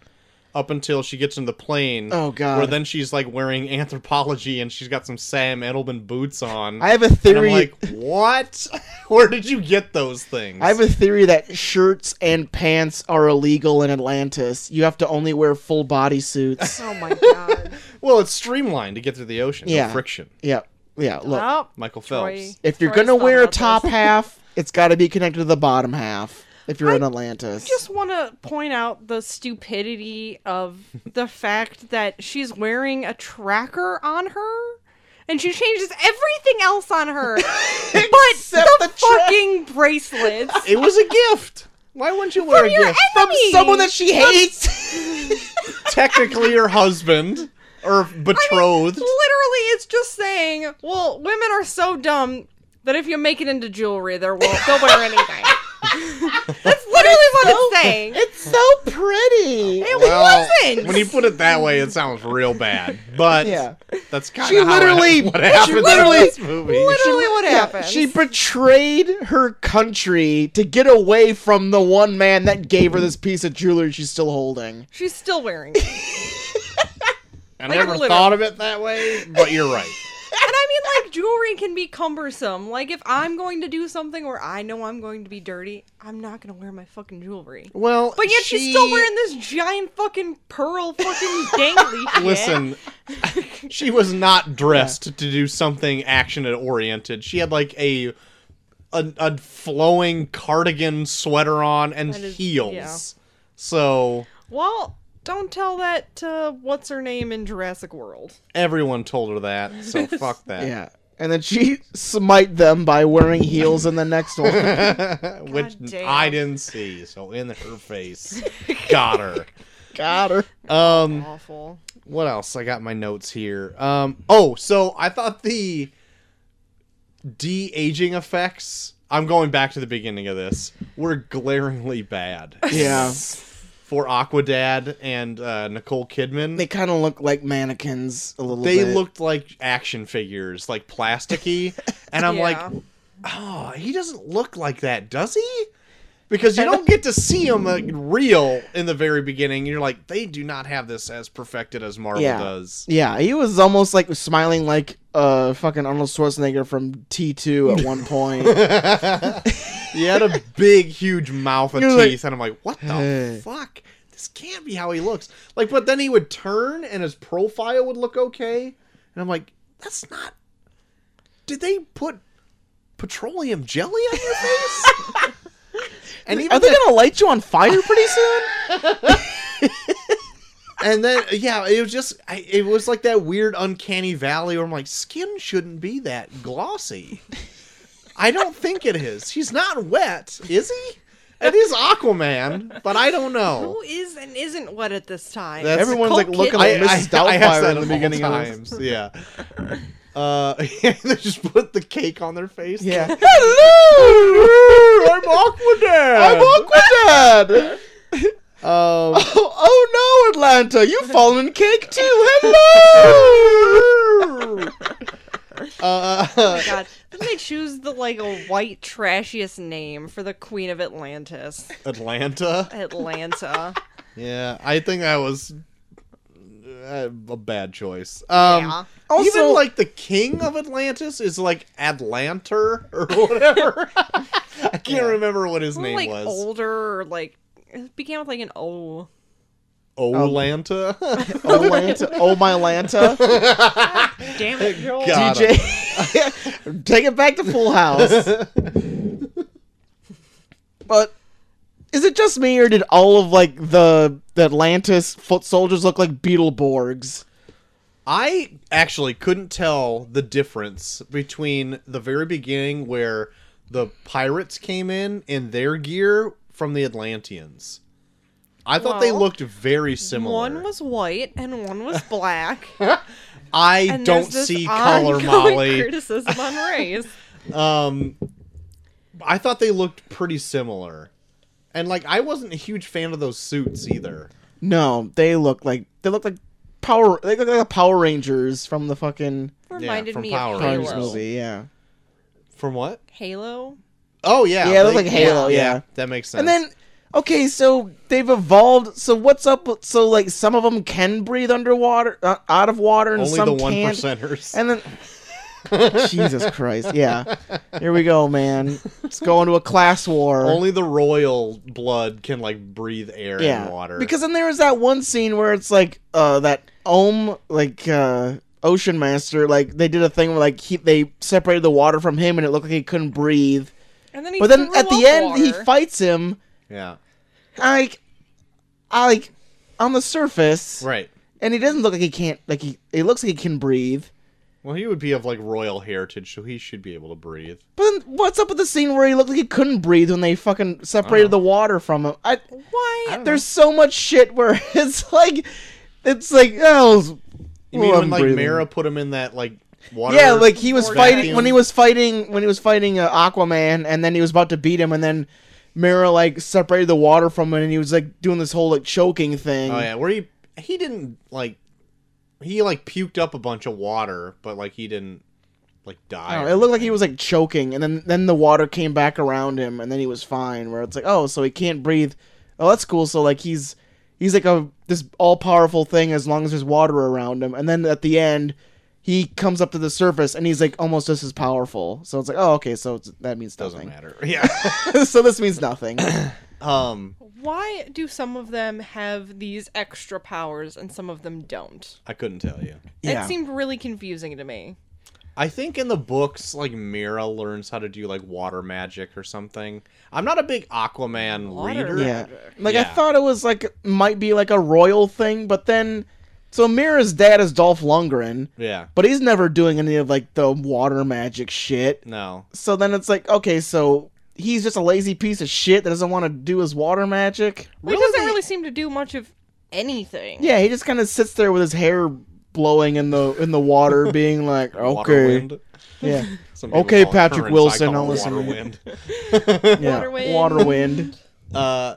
up until she gets in the plane.
Oh, God.
Where then she's like wearing *laughs* anthropology and she's got some Sam Edelman boots on.
I have a
and I'm
theory.
like, what? *laughs* Where did you get those things?
I have a theory that shirts and pants are illegal in Atlantis. You have to only wear full body
*laughs*
suits.
Oh my god!
well, it's streamlined to get through the ocean.
Yeah.
No friction.
yeah, yeah. Look,
oh,
Michael
Troy-
Phelps.
if you're
Troy's
gonna
thought
wear a
about this. *laughs*
top half, it's got to be connected to the bottom half. If you're in Atlantis,
just want to point out the stupidity of the fact that she's wearing a tracker on her and she changes everything else on her but
Except
the,
the tra-
fucking
*laughs*
bracelets
It was a gift. Why wouldn't you wear a
your
gift?
from
enemy.
someone that she
*laughs*
hates. *laughs*
Technically, your husband or betrothed.
literally it's just saying well women are
*laughs*
so dumb that if you make it into jewelry there won't they'll wear anything that's literally what was saying.
It's so pretty.
It
Well,
wasn't.
When you put it that way, it sounds real bad. But
Yeah.
that's kind
She
of
literally-
*laughs* what happened
literally-
in this movie.
literally what
Yeah,
happened.
She betrayed her country to get away from the one man that gave her this piece of jewelry she's still holding.
She's still wearing it. and
I
like,
never
literally.
thought of it that way, but you're right.
I mean, like, jewelry can be cumbersome. Like, if I'm going to do something where I know I'm going to be dirty, I'm not going to wear my fucking jewelry.
Well,
But yet she's still wearing this giant fucking pearl fucking dangly shit.
*laughs* Listen, she was not dressed to do something action oriented. She had like a a, a flowing cardigan sweater on and
That is-
heels.
yeah.
So
Well, don't tell that to what's her name in Jurassic World.
everyone told her that.
*laughs*
So fuck that.
Yeah. And then she smite them by wearing heels in the next one.
*laughs* Which
God damn.
I didn't see. So in her face, got her.
*laughs* Got her.
Um,
Awful.
what else? I got my notes here. Um, oh, so I thought the de aging effects. I'm going back to the beginning of this. Were glaringly bad.
Yeah.
*laughs* For Aquadad and uh, Nicole Kidman,
They
they,
kind of look like mannequins a little bit.
looked like action figures, like plasticky, and I'm
*laughs* Yeah.
like, oh, he doesn't look like that, does he? Because you don't get to see him like, real in the very beginning. You're like, they do not have this as perfected as Marvel
Yeah.
does.
Yeah, he was almost like smiling like uh fucking Arnold Schwarzenegger from T2 at one *laughs* point.
He had a big, huge mouth and
You're
teeth,
like,
and I'm like, what the
"Hey."
fuck? This can't be how he looks. Like, but then he would turn, and his profile would look okay, and I'm like, that's not. Did they put petroleum jelly on your face?
*laughs*
and even
Are they going to light you on fire pretty soon?
and then yeah, it was just I, it was like that weird uncanny valley where I'm like, skin shouldn't be that glossy. I don't think it is. He's not wet, is he? It is Aquaman, but I don't know.
Who is and isn't wet at this time?
That's-
Everyone's
Nicole
like looking
Kidman.
like Mrs.
I- I- I asked
Doubtfire in
that
the
all
beginning of this.
*laughs* times. Yeah. Uh, *laughs* they just put the cake on their face.
Yeah.
*laughs* Hello, I'm Aquaman.
I'm
*laughs*
Aquadad.
Um,
*laughs* Oh, oh no, Atlanta! You've fallen cake too. Hello.
*laughs* uh,
Oh
*laughs*
*laughs*
God, then they choose the like a white trashiest name for the Queen of Atlantis,
Atlanta.
*laughs*
Atlanta.
Yeah, I think that was uh, a bad choice. Um,
Yeah.
Also-
even like the king of Atlantis is like Atlanter or *laughs* whatever. I can't remember what his
Well,
name
like
was.
older, or, like it began with like an O.
Olanta.
*laughs*
Um,
oh, Lanta. Oh, my Lanta.
*laughs*
Damn it, Joel.
God.
DJ, *laughs* take it back to Full House. *laughs* But is it just me, or did all of like the, the Atlantis foot soldiers look like Beetleborgs?
*laughs* I actually couldn't tell the difference between the very beginning where the pirates came in in their gear from the Atlanteans. I thought they
Well,
looked very similar.
One was white and one was
*laughs*
black.
I
And
don't
there's this
see color,
*laughs* ongoing
Molly.
Criticism
*laughs*
on race.
Um, I thought they looked pretty similar, and like I wasn't a huge fan of those suits either.
No, they look like they look like power. They look like the Power Rangers from the fucking
Reminded
from
me
Power
of
Power Rangers
Rangers
Halo.
movie. Yeah.
From what?
Halo.
Oh yeah,
Yeah, it looked like Halo, yeah.
that makes sense.
And then, okay, so they've evolved. So what's up? with- So like, some of them can breathe underwater, uh, out of water, and
only
some
the one
can't.
percenters.
And then, *laughs* Jesus Christ, yeah. Here we go, man. It's going to a class war.
*laughs* Only the royal blood can like breathe air
yeah,
and water.
because then there was that one scene where it's like, uh, that Ohm, like, uh. Ocean Master, like they did a thing where like he they separated the water from him and it looked like he couldn't breathe.
And then he
But then
threw
at the
up
end he
water.
fights him.
yeah,
I like, I like on the surface,
right.
and he doesn't look like he can't like he it looks like he can breathe
Well, he would be of like royal heritage, so he should be able to breathe.
but then what's up with the scene where he looked like he couldn't breathe when they fucking separated
Oh.
the water from him i
Why?
there's so much shit where *laughs* it's like it's like oh
You mean
well,
when
I'm
like
breathing.
Mara put him in that like water?
yeah like he was
vacuum?
fighting when he was fighting when he was fighting uh, aquaman and then he was about to beat him and then Mira like separated the water from it, and he was like doing this whole like choking thing.
Oh yeah, where he he didn't like he like puked up a bunch of water, but like he didn't like die.
I don't
or
know, Oh, it looked like he was like choking, and then then the water came back around him, and then he was fine. Where it's like, oh, so he can't breathe. Oh, that's cool. So like he's he's like a this all powerful thing as long as there's water around him. And then at the end, he comes up to the surface, and he's like almost just as powerful. So it's like, oh, okay, so it's, that means
doesn't
nothing.
matter. *laughs* Yeah.
*laughs* so this means nothing.
um,
Why do some of them have these extra powers and some of them don't?
I couldn't tell you.
yeah.
It seemed really confusing to me.
I think in the books, like Mira learns how to do like water magic or something. I'm not a big Aquaman reader.
Water.
yeah. Like I
Yeah.
thought it was like might be like a royal thing, but then so Mira's dad is Dolph Lundgren,
Yeah.
but he's never doing any of like the water magic shit.
No.
So then it's like, okay, so he's just a lazy piece of shit that doesn't want to do his water magic.
But It doesn't really seem to do much of anything.
Yeah, he just kind of sits there with his hair blowing in the in the
*laughs*
water, being like,
Water
okay,
wind.
yeah,
Some people
Okay,
call it
Patrick
currents, I
Wilson,
call
I'll
it
listen to
Water
you.
wind.
yeah,
*laughs* Water wind.
water wind.
Uh,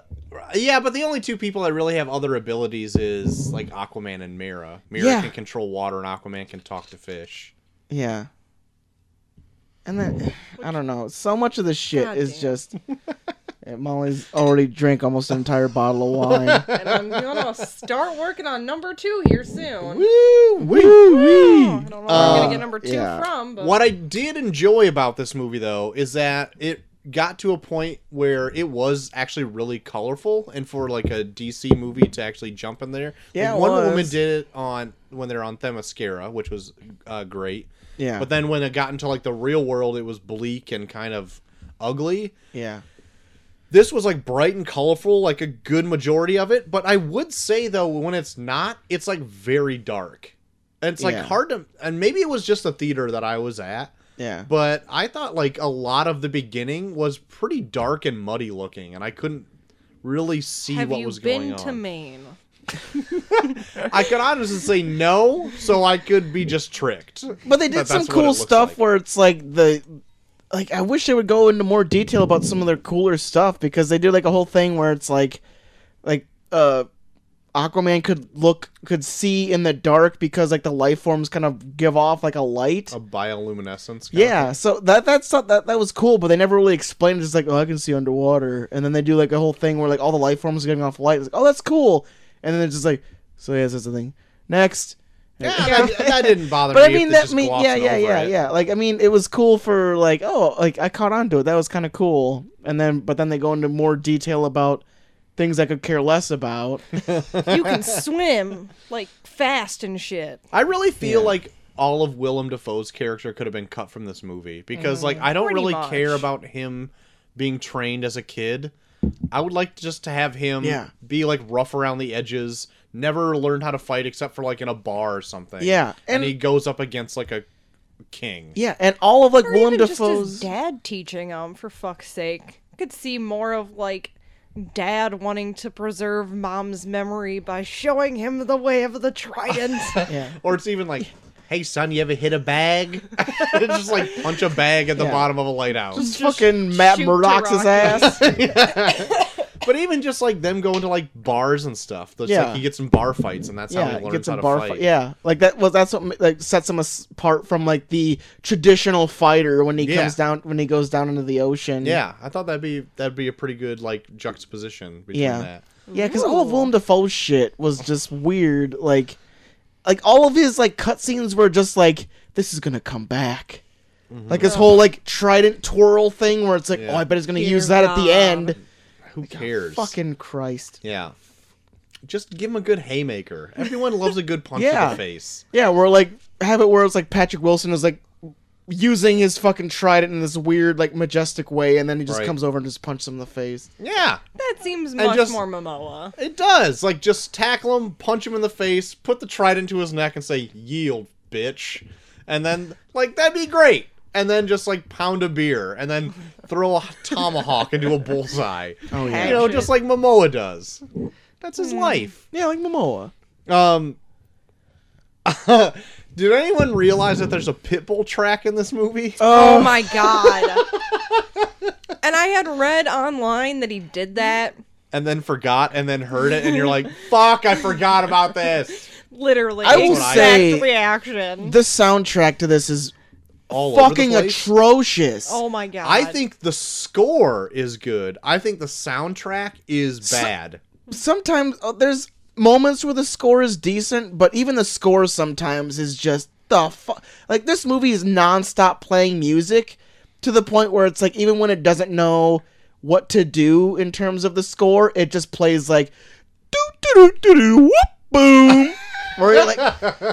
yeah, but the only two people that really have other abilities is like Aquaman and Mira. Mira
Yeah.
can control water, and Aquaman can talk to fish.
Yeah. And then I don't know. So much of this shit
God
is
*laughs*
damn.
just. and Molly's already drank almost an entire bottle of wine.
*laughs*
And I'm gonna start working on number two here soon.
Woo wee.
I don't know where I'm
Uh,
gonna get number two
yeah.
from, but
What I did enjoy about this movie, though, is that it got to a point where it was actually really colorful, and for like a DC movie to actually jump in there,
Yeah,
like,
it
Wonder Woman
was.
did it on when they're on Themyscira, which was uh, great.
Yeah.
But then when it got into like the real world, it was bleak and kind of ugly.
yeah.
This was like bright and colorful, like a good majority of it. But I would say though, when it's not, it's like very dark. And it's like
Yeah.
hard to, and maybe it was just the theater that I was at,
Yeah.
but I thought like a lot of the beginning was pretty dark and muddy looking, and I couldn't really see
have
what
you
was
been
going
to
on.
Maine?
I could honestly say no, so I could be just
*laughs*
tricked.
But they did
But
some
that's what it
cool
looks
stuff
like.
where it's like the like I wish they would go into more detail about some of their cooler stuff because they do like a whole thing where it's like like uh Aquaman could look could see in the dark because like the life forms kind of give off like a light.
A bioluminescence. kind of
yeah, so that that's not, that that was cool, but they never really explained. It's just like, oh, I can see underwater, and then they do like a whole thing where like all the life forms are giving off light. It's like, oh, that's cool, and then it's just like, so yeah, that's the thing. Next,
Yeah, That, that didn't bother
but I
me. if
mean
they
that
just
mean
glossed
yeah yeah
over
yeah
it.
yeah like I mean it was cool for like oh like I caught on to it that was kind of cool and then but then they go into more detail about things I could care less
*laughs*
about
You can swim like fast and shit.
I really feel
Yeah.
like all of Willem Dafoe's character could have been cut from this movie because like I don't
pretty
really
much.
care about him being trained as a kid. I would like just to have him
Yeah.
be like rough around the edges, never learned how to fight except for like in a bar or something.
Yeah,
And,
and-
he goes up against like a king.
yeah and all of like
Or
Willem
even just his
Dafoe's
dad teaching him for fuck's sake. I could see more of like dad wanting to preserve mom's memory by showing him the way of
*laughs*
the trident. *laughs*
yeah
Or it's
*laughs*
even like, "Hey son, you ever hit a bag?" *laughs* just like punch a bag at the
Yeah.
bottom of a lighthouse.
Just fucking Matt
shoot
Murdock's his
Turok. *laughs*
ass
But even just like them going to like bars and stuff. That's
Yeah.
like he gets in bar fights and that's how
yeah
he
he
learns
gets
how
a
to
bar
fight.
fight yeah like that was that's what ma- like sets him as- apart from like the traditional fighter when he
Yeah.
comes down when he goes down into the ocean
Yeah, I thought that'd be that'd be a pretty good like juxtaposition between
Yeah.
that.
Yeah, because all of Willem Dafoe's shit was just weird. Like, like all of his like cutscenes were just like, "This is gonna come back." Like this whole like trident twirl thing, where it's like,
Mm-hmm. Yeah.
"Oh, I bet he's gonna
Dear
use that at the
God.
end."
Who
oh,
cares?
Fucking Christ.
Yeah. Just give him a good haymaker. Everyone loves a good punch to
Yeah.
the face.
Yeah, we're like have it where it's like Patrick Wilson is like using his fucking trident in this weird like majestic way, and then he just
Right.
comes over and just punches him in the face.
Yeah,
that seems much
just-
more Momoa.
it does. Like just tackle him, punch him in the face, put the trident to his neck, and say "Yield, bitch," and then like that'd be great. And then just like pound a beer, and then throw a tomahawk into a bullseye.
Oh yeah, Mm.
you know, just like Momoa does. That's his life.
yeah, like Momoa.
Um, *laughs* did anyone Uh, Oh. realize that there's a pit bull track in this movie?
Oh my Oh god. *laughs* and I had read online that he did that.
and then forgot and then heard it and you're *laughs* like, fuck, I forgot about this.
Literally,
I will
exact
say-
reaction.
The soundtrack to this is
All over the
fucking
place.
atrocious.
oh my god!
I think the score is good. I think the soundtrack is bad.
Sometimes uh, there's moments where the score is decent, but even the score sometimes is just the fuck. Like this movie is nonstop playing music to the point where it's like even when it doesn't know what to do in terms of the score, it just plays like doo doo doo doo doo whoop boom. Where you're like,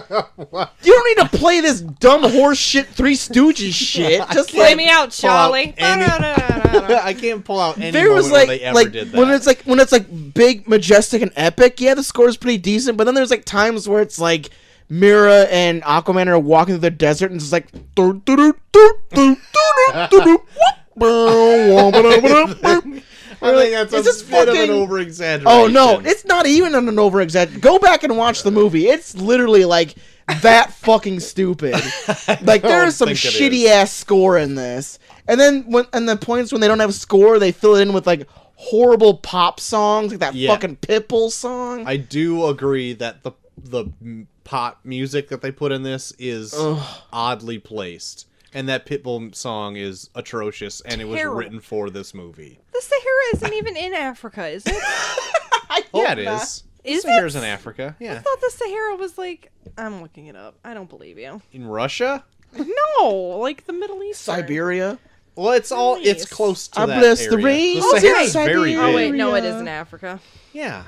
you don't need to play this dumb horse shit Three Stooges shit. Just
play
like
me out, Charlie. *laughs*
any-
Da-da-da-da-da.
*laughs* I can't pull out any
there
moment
was like
where they ever
like
did that.
when it's like when it's like big majestic and epic yeah the score is pretty decent but then there's like times where it's like Mira and Aquaman are walking through the desert and it's like "Doo, doo, doo, doo, doo, doo, doo, doo, whoop, bow, wah, ba, da, ba, da, boop."
*laughs* I think that's a
It's just
bit of an
fucking-
over exaggeration.
oh no it's not even an over exaggeration go back and watch the movie it's literally like
*laughs*
that fucking stupid like there
don't
is some
think it
shitty ass score in this and then when and the points when they don't have score they fill it in with like horrible pop songs like that
Yeah.
fucking pitbull *laughs* song
I do agree that the the m- pop music that they put in this is oddly placed, and that Pitbull song is atrocious, and it was
Terrible.
written for this movie.
the Sahara isn't even in Africa, is it?
yeah,
hope
it
not.
is.
Is
Sahara's
it?
in Africa.
I
Yeah,
thought the Sahara was like. I'm looking it up. I don't believe you.
in Russia.
No, like the Middle East.
Siberia
Well, it's all it's
Nice.
close to
I
that
bless the
area.
rain.
The Sahara's
Oh,
very big.
Siberia.
Oh wait, no, it
Area.
is in Africa.
Yeah.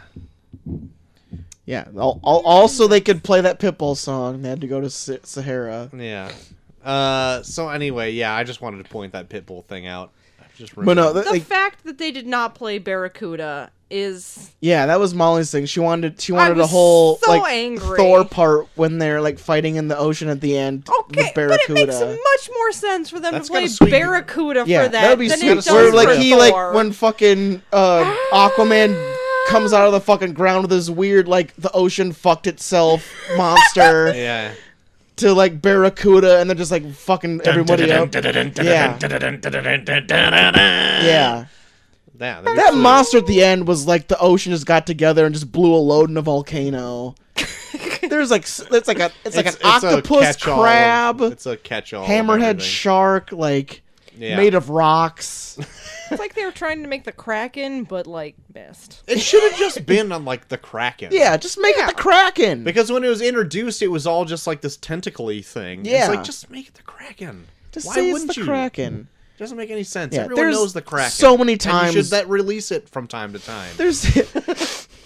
yeah al- al- also they could play that pitbull song they had to go to Sa- Sahara
Yeah. Uh, so anyway, yeah, I just wanted to point that Pitbull thing out. I've Just
but no
remembered.
th-
The
like,
fact that they did not play Barracuda is
Yeah, that was Molly's thing. She wanted she wanted a
was
whole
so
like
angry.
Thor part when they're like fighting in the ocean at the end
okay,
with
but it
Barracuda.
makes much more sense for them
That's
to play
gotta sweeten it.
Barracuda
yeah,
for that
would be
than
sweet.
it does
Where like
for
he
Thor. Ah.
like when fucking uh, Aquaman comes out of the fucking ground with his weird like the ocean fucked itself
*laughs*
monster
yeah.
to like Barracuda, and they're just like fucking everybody up. Yeah. Yeah,
That,
that monster at the end was like the ocean just got together and just blew a load in a
*laughs*
volcano. There's like s- it's like a it's, like an octopus
catch-all of-
crab.
it's a catch-all. of
hammerhead
everything.
shark like
Yeah.
made of
*laughs*
rocks
it's like they were trying to make the Kraken, but like missed.
It should have just been on like the Kraken.
yeah just make it the kraken
Because when it was introduced, it was all just like this tentacly thing.
Yeah.
It's like just make it the Kraken.
just
Why
say it's
wouldn't
the
you? Mm.
kraken
Doesn't make any sense.
Yeah,
Everyone
there's
knows the Kraken.
so many
And you should
times-
that release it from time to time.
there's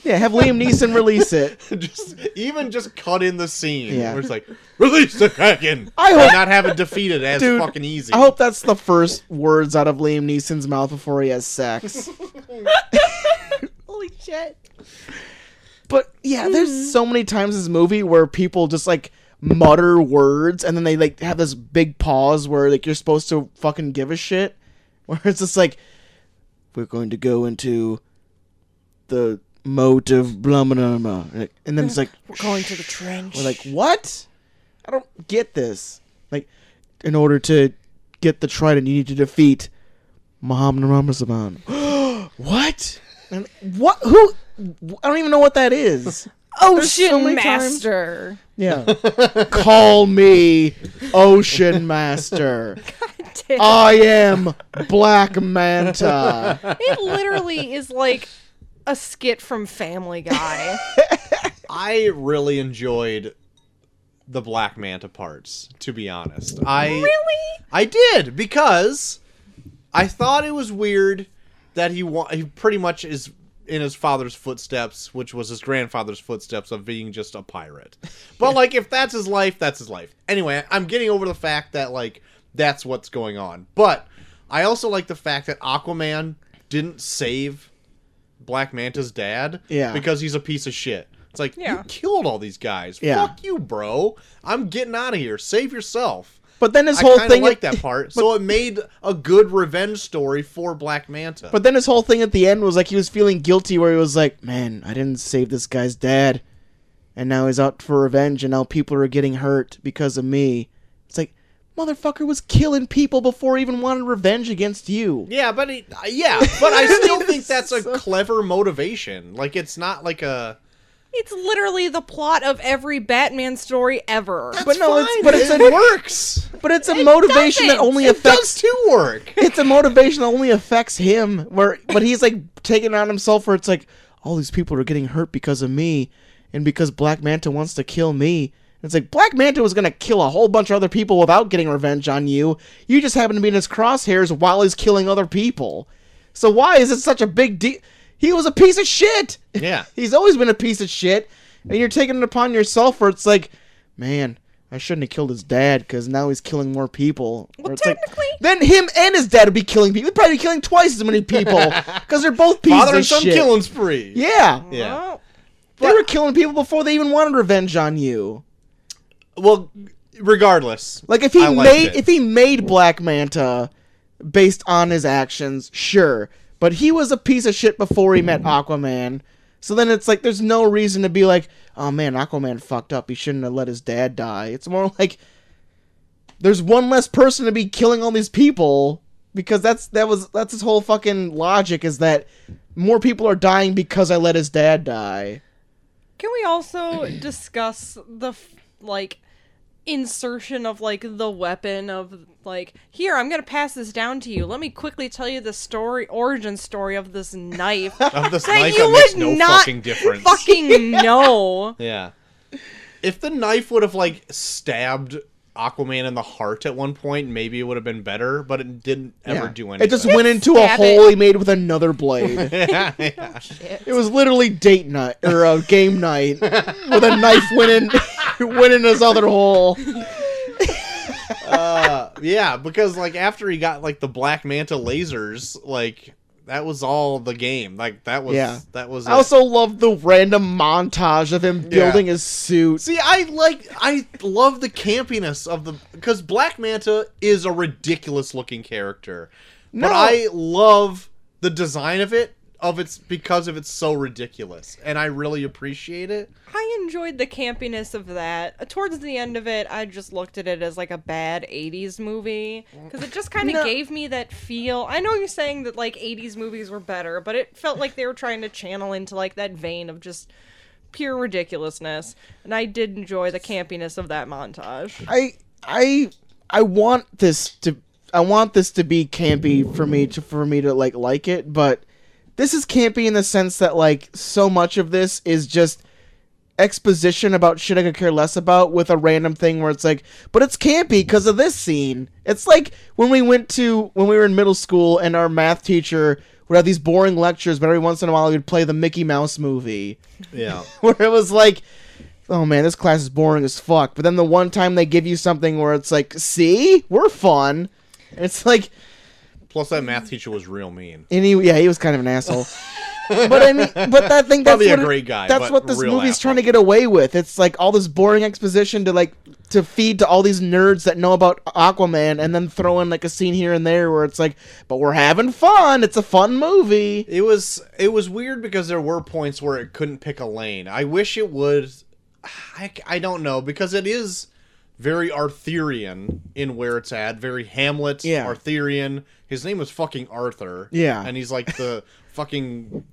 yeah have liam neeson release it
*laughs* just even just cut in the scene
Yeah.
where it's like release the Kraken.
I
and
hope-
not have it defeated as
Dude,
fucking easy.
i hope that's the first words out of liam neeson's mouth before he has sex
Holy shit!
but yeah
Hmm.
there's so many times in this movie where people just like mutter words and then they like have this big pause where like you're supposed to fucking give a shit *laughs* where it's just like we're going to go into the moat of blamanama and then it's like
We're going to the trench.
we're like what i don't get this like in order to get the trident you need to defeat muhammad ramazan *gasps* what and what who i don't even know what that *laughs* is
Ocean
so many times-
Oh, Master.
yeah *laughs* call me ocean *laughs* master I am Black Manta.
*laughs* it literally is like a skit from Family Guy.
I really enjoyed the Black Manta parts, to be honest. I
really?
I did because I thought it was weird that he wa- he pretty much is in his father's footsteps, which was his grandfather's footsteps of being just a pirate. But like if that's his life, that's his life. Anyway, I'm getting over the fact that like that's what's going on. But I also like the fact that Aquaman didn't save Black Manta's dad
Yeah.
because he's a piece of shit. It's like
Yeah.
you killed all these guys.
Yeah.
Fuck you, bro. I'm getting out of here. Save yourself.
But then his
I
whole
kind of
thing
like that
*laughs*
part. so it made a good revenge story for Black Manta.
But then his whole thing at the end was like he was feeling guilty where he was like, "Man, I didn't save this guy's dad." And now he's out for revenge and now people are getting hurt because of me. It's like, Motherfucker was killing people before he even wanted revenge against you.
Yeah, but it, uh, yeah, but I still
*laughs*
think that's a clever motivation. Like it's not like a
It's literally the plot of every Batman story ever.
but no, it's but it's
it
a
works.
but it's a motivation that
doesn't.
only
It
affects
does too
*laughs*
work.
it's a motivation that only affects him. Where but he's like taking it on himself. Where it's like all these people are getting hurt because of me, and because Black Manta wants to kill me. And It's like Black Manta was gonna kill a whole bunch of other people without getting revenge on you. You just happen to be in his crosshairs while he's killing other people. So why is it such a big deal? He was a piece of shit.
Yeah.
*laughs* he's always been a piece of shit, and you're taking it upon yourself. Where it's like, man, I shouldn't have killed his dad because now he's killing more people. Where it's like-
technically-
then him and his dad would be killing people. He'd probably be killing twice as many people because they're both pieces
Father
of
and son
shit.
killing spree.
Yeah.
Yeah.
Well,
they were killing people before they even wanted revenge on you.
Well, regardless.
Like if he
I liked
made
it.
if he made Black Manta based on his actions, sure, but he was a piece of shit before he met Aquaman. So then it's like there's no reason to be like, oh man, Aquaman fucked up. He shouldn't have let his dad die. It's more like there's one less person to be killing all these people because that's that was that's his whole fucking logic is that more people are dying because I let his dad die.
Can we also discuss the f- like insertion of like the weapon of like here I'm gonna pass this down to you. Let me quickly tell you the story origin story of this knife.
Of this
That
knife,
you
that makes
would
no
not
fucking difference.
Fucking no.
Yeah. If the knife would have like stabbed Aquaman in the heart at one point, maybe it would have been better, but it didn't ever
Yeah.
do anything.
It just went into a
Stab it.
hole he made with another blade.
*laughs* yeah, yeah.
It was literally date night or uh, game night with a knife went *laughs* in, went in his other hole.
Uh, yeah, because like after he got like the black manta lasers, like that was all the game. Like that was
Yeah.
that was
I
it.
also love the random montage of him building his suit.
See, I like I love the campiness of the because Black Manta is a ridiculous looking character,
No.
but I love the design of it of its because of it's so ridiculous, and I really appreciate it.
I enjoyed the campiness of that. Towards the end of it, I just looked at it as like a bad 80s movie because it just kind of
No.
gave me that feel. I know you're saying that like 80s movies were better, but it felt like they were trying to channel into like that vein of just pure ridiculousness. And I did enjoy the campiness of that montage.
I I I want this to I want this to be campy for me to for me to like like it, but this is campy in the sense that like so much of this is just exposition about shit I could care less about with a random thing where it's like, but it's campy because of this scene. It's like when we went to when we were in middle school and our math teacher would have these boring lectures, but every once in a while he would play the Mickey Mouse movie
Yeah,
*laughs* where it was like, oh man, this class is boring as fuck. But then the one time they give you something where it's like, see, we're fun. And it's like,
plus that math teacher was real mean.
and he, yeah, he was kind of an
*laughs*
asshole. but I mean, but that thing that's
Probably
what
a
it-
great guy,
That's
but
what this
real
movie's
asshole.
trying to get away with. It's like all this boring exposition to like to feed to all these nerds that know about Aquaman, and then throw in like a scene here and there where it's like, but we're having fun. It's a fun movie.
It was it was weird because there were points where it couldn't pick a lane. I wish it would. I, I don't know because it is very Arthurian in where it's at. Very Hamlet
Yeah.
Arthurian. His name was fucking Arthur.
Yeah.
and he's
*laughs*
like the fucking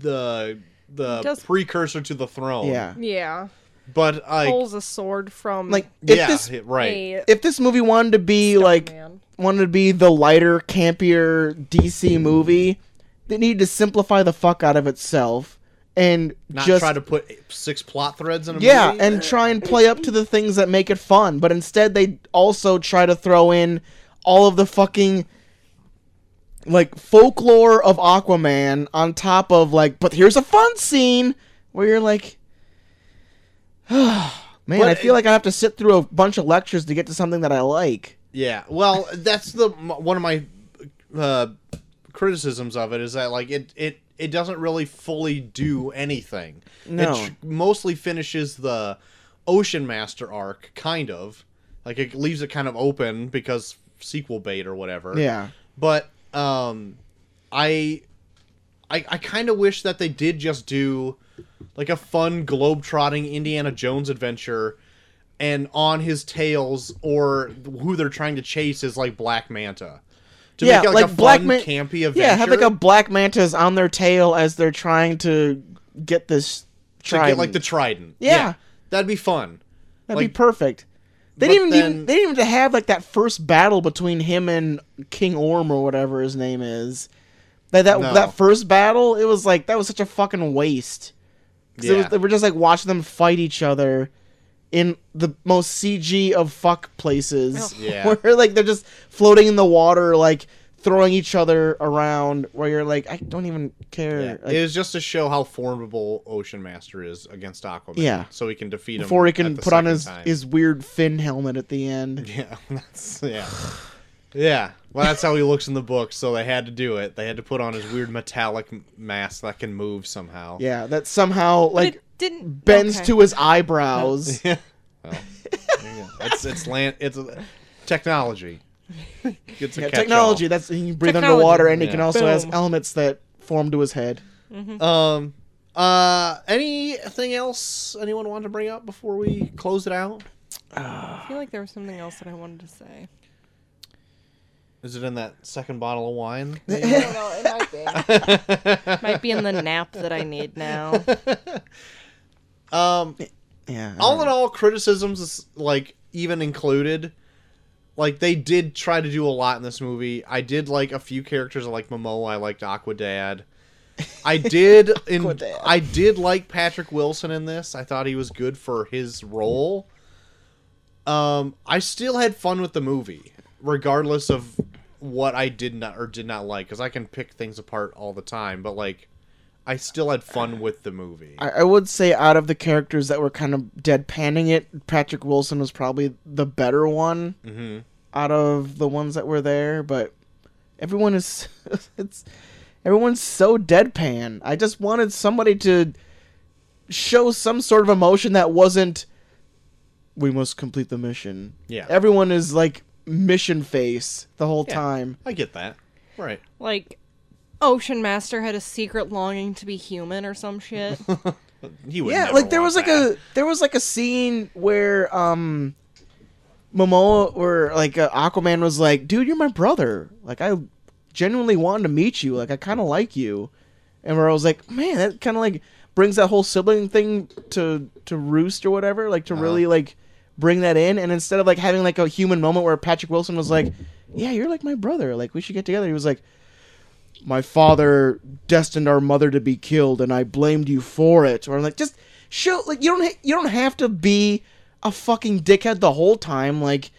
the the
Just-
precursor to the throne.
Yeah,
Yeah.
but I
Pulls a sword from
like if
yeah
this
right.
a
if this movie wanted to be like
man.
wanted to be the lighter, campier DC movie, they needed to simplify the fuck out of itself and
Not
just
try to put six plot threads in a
yeah,
movie.
and try and play up to the things that make it fun. But instead, they also try to throw in all of the fucking like folklore of Aquaman on top of like, but here's a fun scene where you're like. *sighs* Man, I feel like I have to sit through a bunch of lectures to get to something that I like.
Yeah. Well, that's the m- one of my uh, criticisms of it is that like it it it doesn't really fully do anything.
No.
It tr- mostly finishes the Ocean Master arc kind of. Like it leaves it kind of open because sequel bait or whatever.
Yeah.
But um I I, I kind of wish that they did just do like a fun globe-trotting Indiana Jones adventure and on his tails or who they're trying to chase is like Black Manta. To
Yeah,
make it like, a
like Black
fun,
Man-
campy adventure.
Yeah, have like a black mantis on their tail as they're trying to get this
to
trident.
get like the trident.
Yeah.
that'd be fun.
That'd be
like-
perfect. They
but
didn't even,
then-
they didn't even have like that first battle between him and King Orm or whatever his name is. That that,
No.
that first battle, it was like that was such a fucking waste. 'Cause it was-
Yeah.
they were just like watching them fight each other in the most CG of fuck places.
Ugh.
Yeah.
*laughs* Where like they're just floating in the water, like throwing each other around. Where you're like, I don't even care.
Yeah.
Like,
it was just to show how formidable Ocean Master is against Aquaman.
Yeah.
so he can defeat him
before he
at
can
the
put on
second
his
time.
his weird fin helmet at the end.
*laughs* Yeah, that's yeah, yeah. Well, that's how he looks in the book. So they had to do it. They had to put on his weird metallic m- mask that can move somehow.
Yeah, that somehow
But
like
it didn't
bends
okay.
to his eyebrows.
Yeah. Well, there you go. it's it's land. It's a, technology. It's a
Yeah,
catch-all.
technology. That's you can breathe
Technology.
underwater, and he can
Yeah.
also has
Boom.
helmets that form to his head.
Um. Uh. Anything else anyone want to bring up before we close it out?
I feel like there was something else that I wanted to say.
Is it in that second bottle of wine?
Might be in the nap that I need now.
um.
Yeah. I
all
don't
in all criticisms is, like even included like they did try to do a lot in this movie i did like a few characters i like momoa i liked aqua dad i did in,
Aquadad.
i did like patrick wilson in this i thought he was good for his role um i still had fun with the movie regardless of what i did not or did not like because i can pick things apart all the time but like i still had fun with the movie
I, I would say out of the characters that were kind of deadpanning it, Patrick Wilson was probably the better one
Mhm.
out of the ones that were there. But everyone is *laughs* it's everyone's so deadpan. I just wanted somebody to show some sort of emotion that wasn't. We must complete the mission.
Yeah.
everyone is like mission face the whole
Yeah.
time.
i get that right
Like, Ocean Master had a secret longing to be human or some
*laughs*
shit.
He would
yeah
never
like there
want
was like
that.
a there was like a scene where um momoa or like uh, aquaman was like dude you're my brother like i genuinely wanted to meet you like i kind of like you and where i was like man that kind of like brings that whole sibling thing to to roost or whatever like to
Uh-huh.
really like bring that in and instead of like having like a human moment where patrick wilson was like yeah you're like my brother like we should get together he was like my father destined our mother to be killed and I blamed you for it. Or I'm like, just show like you don't ha- you don't have to be a fucking dickhead the whole time. Like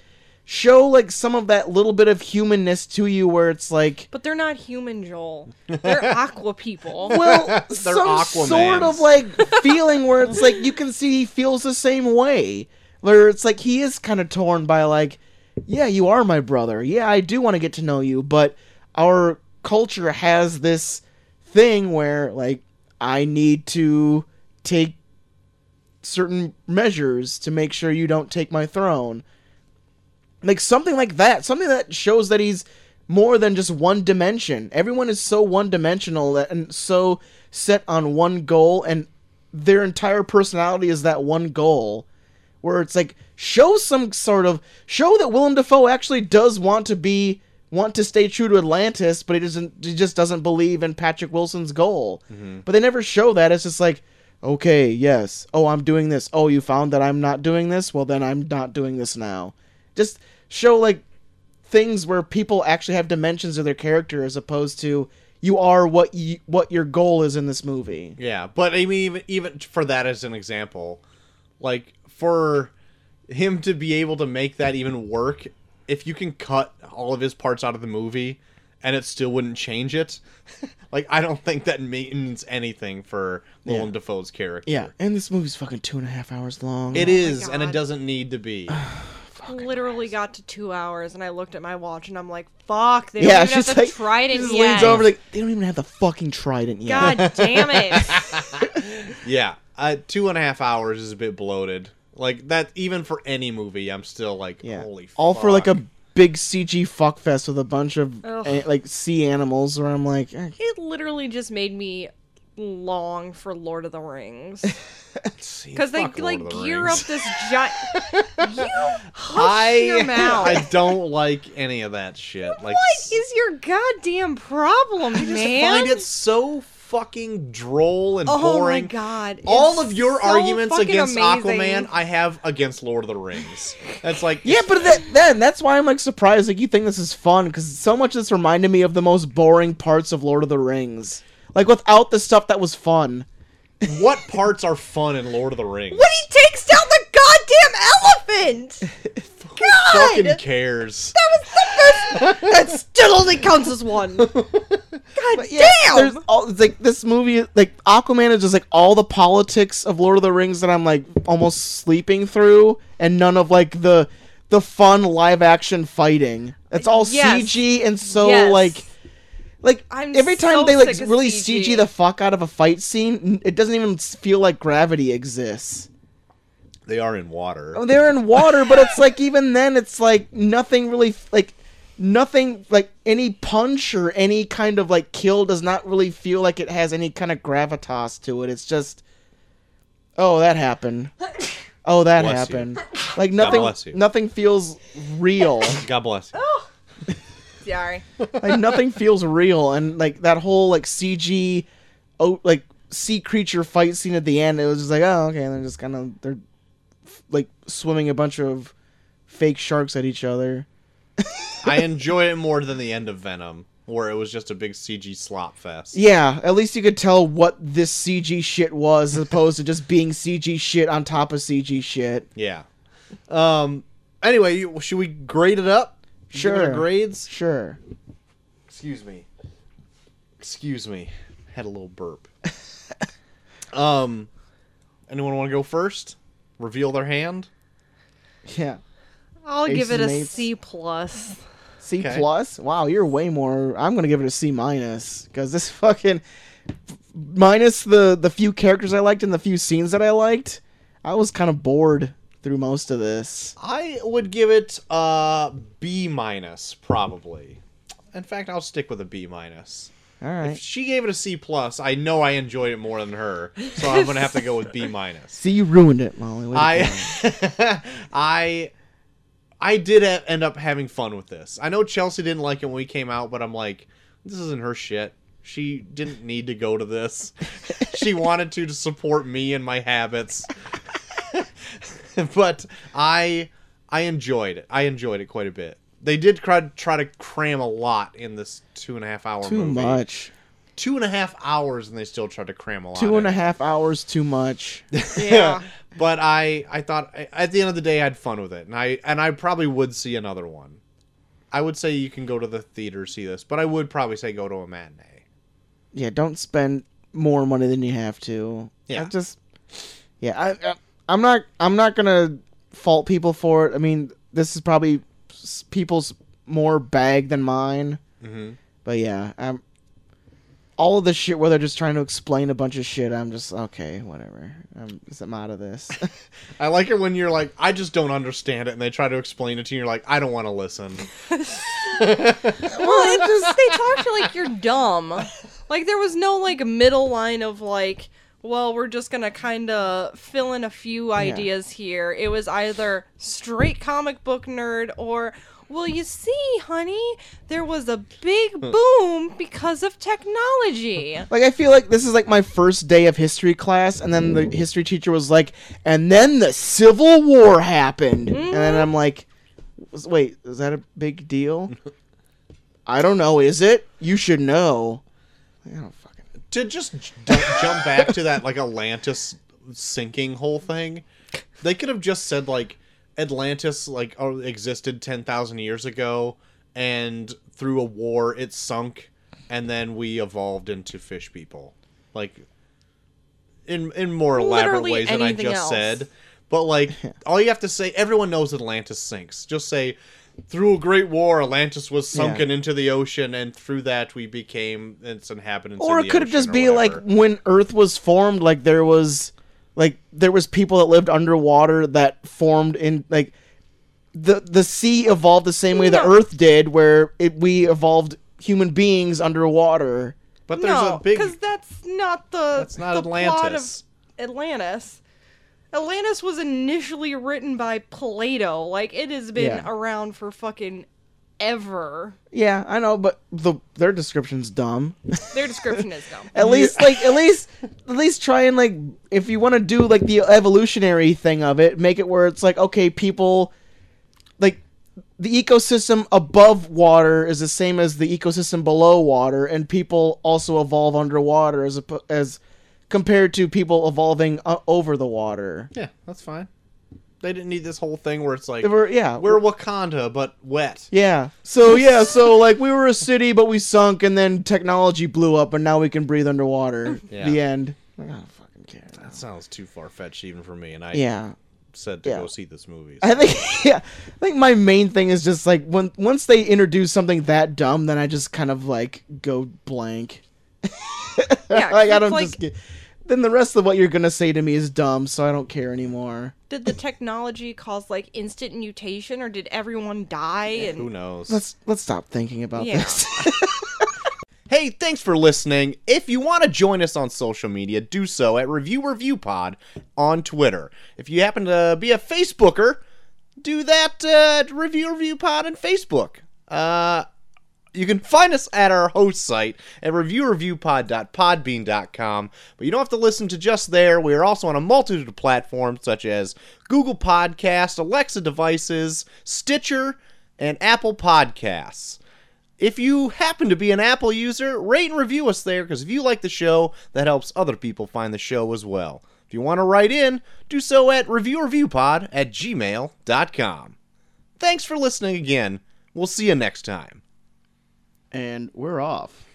show like some of that little bit of humanness to you where it's like
But they're not human, Joel. They're
*laughs*
aqua people.
well some sort
Aquamans.
of like feeling where it's like you can see he feels the same way. Where it's like he is kind of torn by like yeah, you are my brother. Yeah, I do want to get to know you, but our culture has this thing where like I need to take certain measures to make sure you don't take my throne. Like something like that, something that shows that he's more than just one dimension. Everyone is so one dimensional and so set on one goal and their entire personality is that one goal where it's like show some sort of show that Willem Dafoe actually does want to be want to stay true to Atlantis, but he doesn't he just doesn't believe in Patrick Wilson's goal. But they never show that. It's just like okay, yes. Oh, I'm doing this. Oh, you found that I'm not doing this. Well, then I'm not doing this now. Just show like things where people actually have dimensions of their character as opposed to you are what you what your goal is in this movie.
yeah, but I mean, even even for that as an example, like for him to be able to make that even work, if you can cut all of his parts out of the movie, and it still wouldn't change it, *laughs* like I don't think that means anything for Willem Dafoe's character.
Yeah, and this movie's fucking two and a half hours long.
it is, and it
Oh God.
doesn't need
*sighs*
to be.
Literally got to two hours, and I looked at my watch, and I'm like, "Fuck! They
yeah,
don't even
she's
have to
like
try it
she just
yet."
leans over like they don't even have the fucking trident yet.
*laughs* God damn it!
yeah, uh, two and a half hours is a bit bloated. Like that, even for any movie, I'm still
*laughs*
like,
yeah,
holy,
all for like
fuck.
a big CG fuckfest with a bunch of
Ugh.
eh, like sea animals. Where I'm like, eh,
it literally just made me long for Lord of
*laughs*
the Rings
Because
because they like gear up this giant.
*laughs*
you
I,
hush
*laughs*
your mouth.
I don't like any of that shit. Like,
what is your goddamn problem,
I just
man?
find it so fucking droll and
oh
boring.
my god!
All
it's
of your
so
arguments
fucking
against
amazing.
Aquaman, I have against Lord of the Rings. That's like,
Yeah, but that, then that's why I'm like surprised like you think this is fun because so much of this reminded me of the most boring parts of Lord of the Rings, like without the stuff that was fun.
what parts are fun in Lord of the Rings?
When he takes down the goddamn elephant. God,
fucking cares?
that still only counts as one. God
There's
damn!
all it's like this movie, like Aquaman is just like all the politics of Lord of the Rings that I'm like almost sleeping through, and none of like the the fun live action fighting. It's all
Yes.
CG and so
Yes.
like like
I'm
every time
so
they like
sick of
really
CG.
CG. the fuck out of a fight scene, n- it doesn't even s- feel like gravity exists.
They are in water.
Oh, they're in water, but it's like even then, it's like nothing really like nothing like any punch or any kind of like kill does not really feel like it has any kind of gravitas to it. It's just, oh, that happened. Oh, that
Bless you.
happened. Like nothing,
bless you.
nothing feels real.
God bless. you.
Sorry.
like nothing feels real, and like that whole like CG, oh, like sea creature fight scene at the end. It was just like, oh, okay, and they're just kind of they're like swimming a bunch of fake sharks at each other.
I enjoy it more than the end of Venom, where it was just a big CG slop fest.
Yeah, at least you could tell what this CG shit was, as opposed to just being CG shit on top of CG shit.
Yeah. Um. Anyway, you- should we grade it up? Give it our
Sure.
grades.
Sure.
Excuse me. Excuse me. Had a little *laughs* burp. um. Anyone want to go first? Reveal their hand.
Yeah.
I'll give it a
Mates.
C plus.
C
Okay.
plus. Wow, you're way more. I'm gonna give it a C minus because this *laughs* fucking minus the the few characters I liked and the few scenes that I liked, I was kind of bored through most of this.
I would give it a B minus, probably. In fact, I'll stick with a B minus.
All right.
If she gave it a C plus, I know I enjoyed it more than her, so I'm gonna have to go with *laughs* B minus.
See, you ruined it, Molly. Way to go.
I, *laughs* I, I did e- end up having fun with this. I know Chelsea didn't like it when we came out, but I'm like, this isn't her shit. She didn't need to go
*laughs*
to this. she wanted to to support me and my habits. *laughs* but I, I enjoyed it. I enjoyed it quite a bit. They did try, try to cram a lot in this two and a half hour
too
movie.
much.
Two and a half hours, and they still tried to cram a lot.
Two
in.
and a half hours. Too much.
Yeah.
*laughs* but I I thought I- at the end of the day I had fun with it, and I and I probably would see another one. I would say you can go to the theater see this, but I would probably say go to a matinee.
yeah, don't spend more money than you have to.
Yeah.
I just yeah, I, I I'm not I'm not gonna fault people for it. I mean, this is probably s- people's more bag than mine.
Mhm.
But yeah, I'm all of this shit where they're just trying to explain a bunch of shit. I'm just okay, whatever. I'm, I'm out of this. *laughs*
I like it when you're like, I just don't understand it, and they try to explain it to you. and You're like, I don't want to listen.
well, it just they talked like you're dumb. Like there was no like middle line of like, well, we're just gonna kind of fill in a few ideas here. It was either straight comic book nerd or. Well, you see, honey, there was a big boom because of technology.
Like I feel like this is like my first day of history class, and then the history teacher was like, "And then the Civil War happened," and then I'm like, "Was- "Wait, is that a big deal?" *laughs* I don't know. Is it? You should know. I don't fucking.
to just j- d- jump back to that like Atlantis sinking whole thing, they could have just said like Atlantis like oh, existed ten thousand years ago, and through a war it sunk, and then we evolved into fish people, like in in more elaborate
Literally
ways than I
anything
just
else.
said. But like, all you have to say, everyone knows Atlantis sinks. Just say, through a great war, Atlantis was sunken into the ocean, and through that we became its inhabitants.
Or
in
it
the
could have
ocean
just
or
be like
whatever.
when Earth was formed. Like there was, like there was people that lived underwater that formed in like. The, the sea evolved the same way the
No.
earth did where it, we evolved human beings underwater
But there's
No,
a big.
because that's not the
That's not
the plot of
Atlantis.
Atlantis. Atlantis was initially written by Plato. Like it has been
Yeah.
around for fucking ever.
Yeah, I know, but the their description's dumb. *laughs*
Their description is
*laughs*
dumb.
At least, like, at least, at least try and like, if you want to do like the evolutionary thing of it, make it where it's like, okay, people, like, the ecosystem above water is the same as the ecosystem below water, and people also evolve underwater as oppo- as compared to people evolving uh, over the water.
yeah, that's fine. They didn't need this whole thing where it's like
They
we're,
were, yeah,
Wakanda but wet.
yeah. So yeah, so like we were a city, but we sunk, and then technology blew up, and now we can breathe
*laughs*
underwater.
Yeah.
The end. Like, I don't fucking care.
That sounds too far fetched even for me, and I
Yeah.
said to
Yeah.
go see this movie.
I think *laughs* yeah. I think my main thing is just like when once they introduce something that dumb, then I just kind of like go blank. *laughs*
Yeah, 'cause
like I
it's
don't
like-
just get, then the rest of what you're gonna say to me is dumb, so I don't care anymore.
Did the technology cause like instant mutation, or did everyone die?
Who
And
knows?
Let's let's stop thinking about
Yeah.
this. *laughs*
Hey, thanks for listening. If you want to join us on social media, do so at Review Review Pod on Twitter. If you happen to be a Facebooker, do that uh, at Review Review Pod on Facebook. Uh, you can find us at our host site at reviewreviewpod.podbean.com, but you don't have to listen to just there. We are also on a multitude of platforms such as Google Podcasts, Alexa devices, Stitcher, and Apple Podcasts. If you happen to be an Apple user, rate and review us there because if you like the show, that helps other people find the show as well. If you want to write in, do so at reviewreviewpod at gmail.com. Thanks for listening again. We'll see you next time.
and we're off.